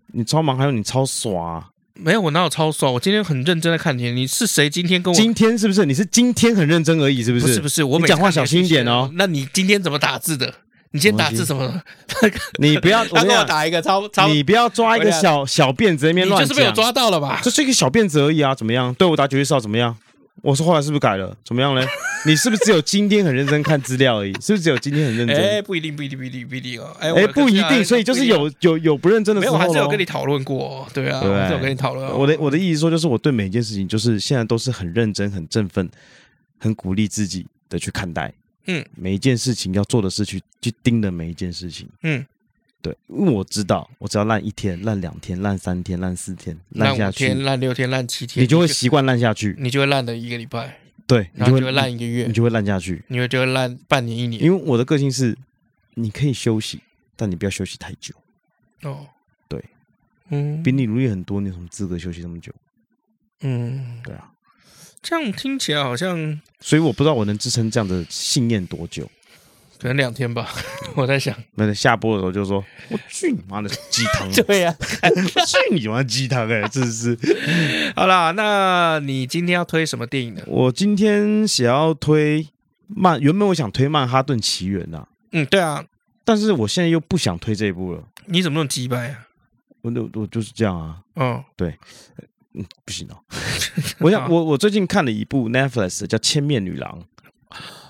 Speaker 5: 你超忙，还有你超耍啊、
Speaker 3: 没有，我哪有超爽？我今天很认真的看你，你是谁？今天跟我
Speaker 5: 今天是不是？你是今天很认真而已，是不是？
Speaker 3: 不是不是，我
Speaker 5: 你
Speaker 3: 每次
Speaker 5: 讲话
Speaker 3: 看你
Speaker 5: 小
Speaker 3: 的啊
Speaker 5: 心一
Speaker 3: 讯息
Speaker 5: 点哦。
Speaker 3: 那你今天怎么打字的？你今天打字什么的？他
Speaker 5: 你不要，
Speaker 3: 他给我
Speaker 5: 跟你讲
Speaker 3: 打一个超超，
Speaker 5: 你不要抓一个小小辫子在那边
Speaker 3: 你
Speaker 5: 乱
Speaker 3: 就
Speaker 5: 讲，
Speaker 3: 是被我抓到了吧？
Speaker 5: 这是一个小辫子而已啊，怎么样？对我打九月哨怎么样？我说后来是不是改了？怎么样 嘞？你是不是只有今天很认真看资料而已？是不是只有今天很认真？
Speaker 3: 哎，
Speaker 5: 哎、
Speaker 3: 不一定，不一定，不一定，不一定哦。哎，我
Speaker 5: 不一定，所以就是
Speaker 3: 不一
Speaker 5: 有有有不认真
Speaker 3: 定
Speaker 5: 的
Speaker 3: 没
Speaker 5: 时
Speaker 3: 有，我
Speaker 5: 候
Speaker 3: 还是有
Speaker 5: 咯
Speaker 3: 跟你讨论过哦。对啊，
Speaker 5: 对
Speaker 3: 我还是有跟你讨论哦。
Speaker 5: 我的我的意思说，就是我对每一件事情，就是现在都是很认真、很振奋、很鼓励自己的去看待。
Speaker 3: 嗯，
Speaker 5: 每一件事情要做的事去去盯着每一件事情。
Speaker 3: 嗯，
Speaker 5: 对，因为我知道，我只要烂一天、烂两天、烂三天、烂四天、
Speaker 3: 烂
Speaker 5: 下
Speaker 3: 五天、
Speaker 5: 去，
Speaker 3: 烂六天、烂七天，
Speaker 5: 你就会习惯烂下去。
Speaker 3: 你就会烂了一个礼拜，
Speaker 5: 对，你
Speaker 3: 然后
Speaker 5: 会
Speaker 3: 就会，烂一个月
Speaker 5: 你，就会烂下去。
Speaker 3: 你会就会烂半年一年。
Speaker 5: 因为我的个性是，你可以休息，但你不要休息太久。
Speaker 3: 哦，
Speaker 5: 对，
Speaker 3: 嗯，
Speaker 5: 比你努力很多，你有什么资格休息这么久？
Speaker 3: 嗯，
Speaker 5: 对啊，
Speaker 3: 这样听起来好像
Speaker 5: 所以我不知道我能支撑这样的信念多久。
Speaker 3: 可能两天吧，
Speaker 5: 嗯
Speaker 3: 我在 想。
Speaker 5: 那个下播的时候就说：“我去你妈的鸡汤啊！
Speaker 3: 对呀、
Speaker 5: 我去你妈鸡汤哎、真是！
Speaker 3: 好啦，那你今天要推什么电影呢？
Speaker 5: 我今天想要推曼，原本我想推《曼哈顿奇缘》呐，
Speaker 3: 嗯，对啊，
Speaker 5: 但是我现在又不想推这一部了。
Speaker 3: 你怎么那么鸡掰啊？
Speaker 5: 我我我就是这样啊，
Speaker 3: 哦，
Speaker 5: 嗯，不行哦。 我
Speaker 3: 啊
Speaker 5: 想我我最近看了一部 Netflix 的叫《千面女郎》，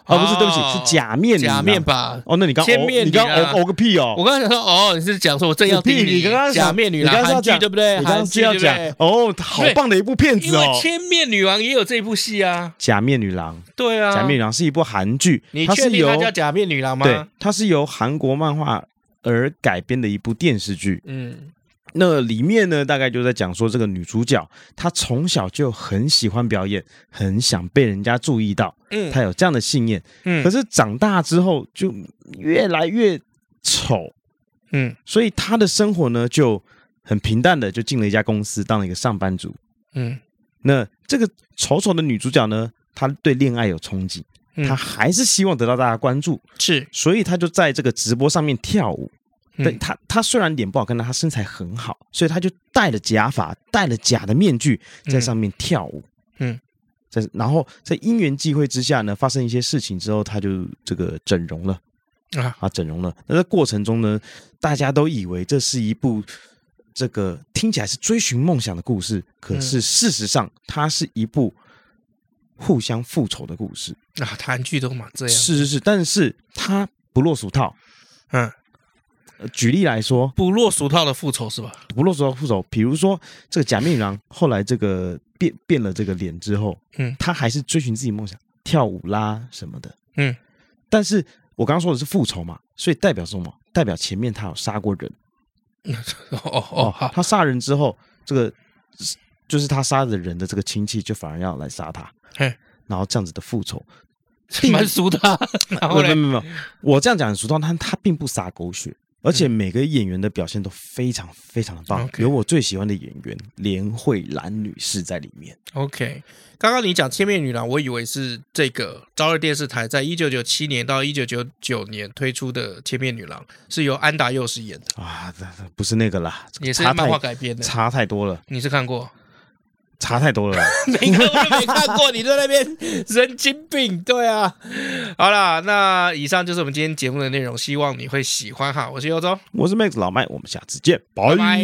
Speaker 5: 哦，不是，对不起，是假面女郎
Speaker 3: 啊假面。吧？
Speaker 5: 哦，那你刚
Speaker 3: 千面
Speaker 5: 你
Speaker 3: 女
Speaker 5: 刚
Speaker 3: 郎
Speaker 5: 呕呕个屁哦！
Speaker 3: 我刚才想说，哦，你是讲说我正要
Speaker 5: 屁
Speaker 3: 听
Speaker 5: 你刚刚想
Speaker 3: 假面女
Speaker 5: 你刚
Speaker 3: 郎
Speaker 5: 刚是要
Speaker 3: 韩剧
Speaker 5: 讲
Speaker 3: 对不对？
Speaker 5: 你刚
Speaker 3: 韩
Speaker 5: 刚是
Speaker 3: 剧
Speaker 5: 要
Speaker 3: 对不
Speaker 5: 讲
Speaker 3: 对？
Speaker 5: 哦，好棒的一部片
Speaker 3: 因
Speaker 5: 子
Speaker 3: 为
Speaker 5: 哦！
Speaker 3: 《千面女王》也有这部戏啊，
Speaker 5: 假面女郎，
Speaker 3: 对啊，
Speaker 5: 假面女郎是一部韩剧，
Speaker 3: 你
Speaker 5: 它
Speaker 3: 确
Speaker 5: 是
Speaker 3: 定
Speaker 5: 由
Speaker 3: 它叫假面女郎
Speaker 5: 对
Speaker 3: 吗？，
Speaker 5: 它是由韩国漫画而改编的一部电视剧。
Speaker 3: 嗯，
Speaker 5: 那里面呢，大概就在讲说这个女主角，她从小就很喜欢表演，很想被人家注意到，
Speaker 3: 嗯
Speaker 5: 她有这样的信念。
Speaker 3: 嗯
Speaker 5: 可是长大之后就越来越丑，
Speaker 3: 嗯
Speaker 5: 所以她的生活呢就很平淡的就进了一家公司当了一个上班族。
Speaker 3: 嗯
Speaker 5: 那这个丑丑的女主角呢，她对恋爱有憧憬，
Speaker 3: 嗯
Speaker 5: 她还是希望得到大家关注，
Speaker 3: 是
Speaker 5: 所以他就在这个直播上面跳舞。
Speaker 3: 嗯
Speaker 5: 对他，他虽然脸不好看，但他身材很好，所以他就戴了假发，戴了假的面具，在上面跳舞。
Speaker 3: 嗯，
Speaker 5: 在然后在因缘际会之下呢，发生一些事情之后，他就这个整容了
Speaker 3: 啊，
Speaker 5: 啊，整容了。那在过程中呢，大家都以为这是一部这个听起来是追寻梦想的故事，可是事实上，它是一部互相复仇的故事。
Speaker 3: 啊，韩剧都嘛这样，
Speaker 5: 是是是，但是它不落俗套。
Speaker 3: 嗯，
Speaker 5: 呃举例来说，
Speaker 3: 不落俗套的复仇是吧？
Speaker 5: 不落手副手，比如说这个假面女郎后来这个变变了这个脸之后，
Speaker 3: 嗯
Speaker 5: 她还是追寻自己梦想，跳舞啦什么的，
Speaker 3: 嗯。
Speaker 5: 但是我刚刚说的是复仇嘛，所以代表什么？代表前面她有杀过人
Speaker 3: 哦哦哦， 好，
Speaker 5: 她杀人之后，这个就是她杀的人的这个亲戚就反而要来杀她
Speaker 3: 嘿，
Speaker 5: 然后这样子的复仇。
Speaker 3: 蛮俗的啊。然
Speaker 5: 没
Speaker 3: 后
Speaker 5: 有没有
Speaker 3: 呢？
Speaker 5: 没有，我这样讲很俗套，但她并不洒狗血，而且每个演员的表现都非常非常的
Speaker 3: 嗯
Speaker 5: 棒，
Speaker 3: OK
Speaker 5: 有我最喜欢的演员连慧兰女士在里面。
Speaker 3: OK，刚刚你讲《千面女郎》，我以为是这个朝日电视台在一九九七年到一九九九年推出的《千面女郎》，是由安达佑饰演的，
Speaker 5: 啊，这这不是那个啦，
Speaker 3: 也是
Speaker 5: 差
Speaker 3: 漫画
Speaker 5: 太
Speaker 3: 改编的。
Speaker 5: 差太多了，
Speaker 3: 你是看过？
Speaker 5: 差太多了啦。
Speaker 3: 没看过就没看过，你在那边神经病。对啊，好啦，那以上就是我们今天节目的内容，希望你会喜欢哈。我是尤洲。
Speaker 5: 我是 Max 老麦，我们下次见，
Speaker 3: 拜拜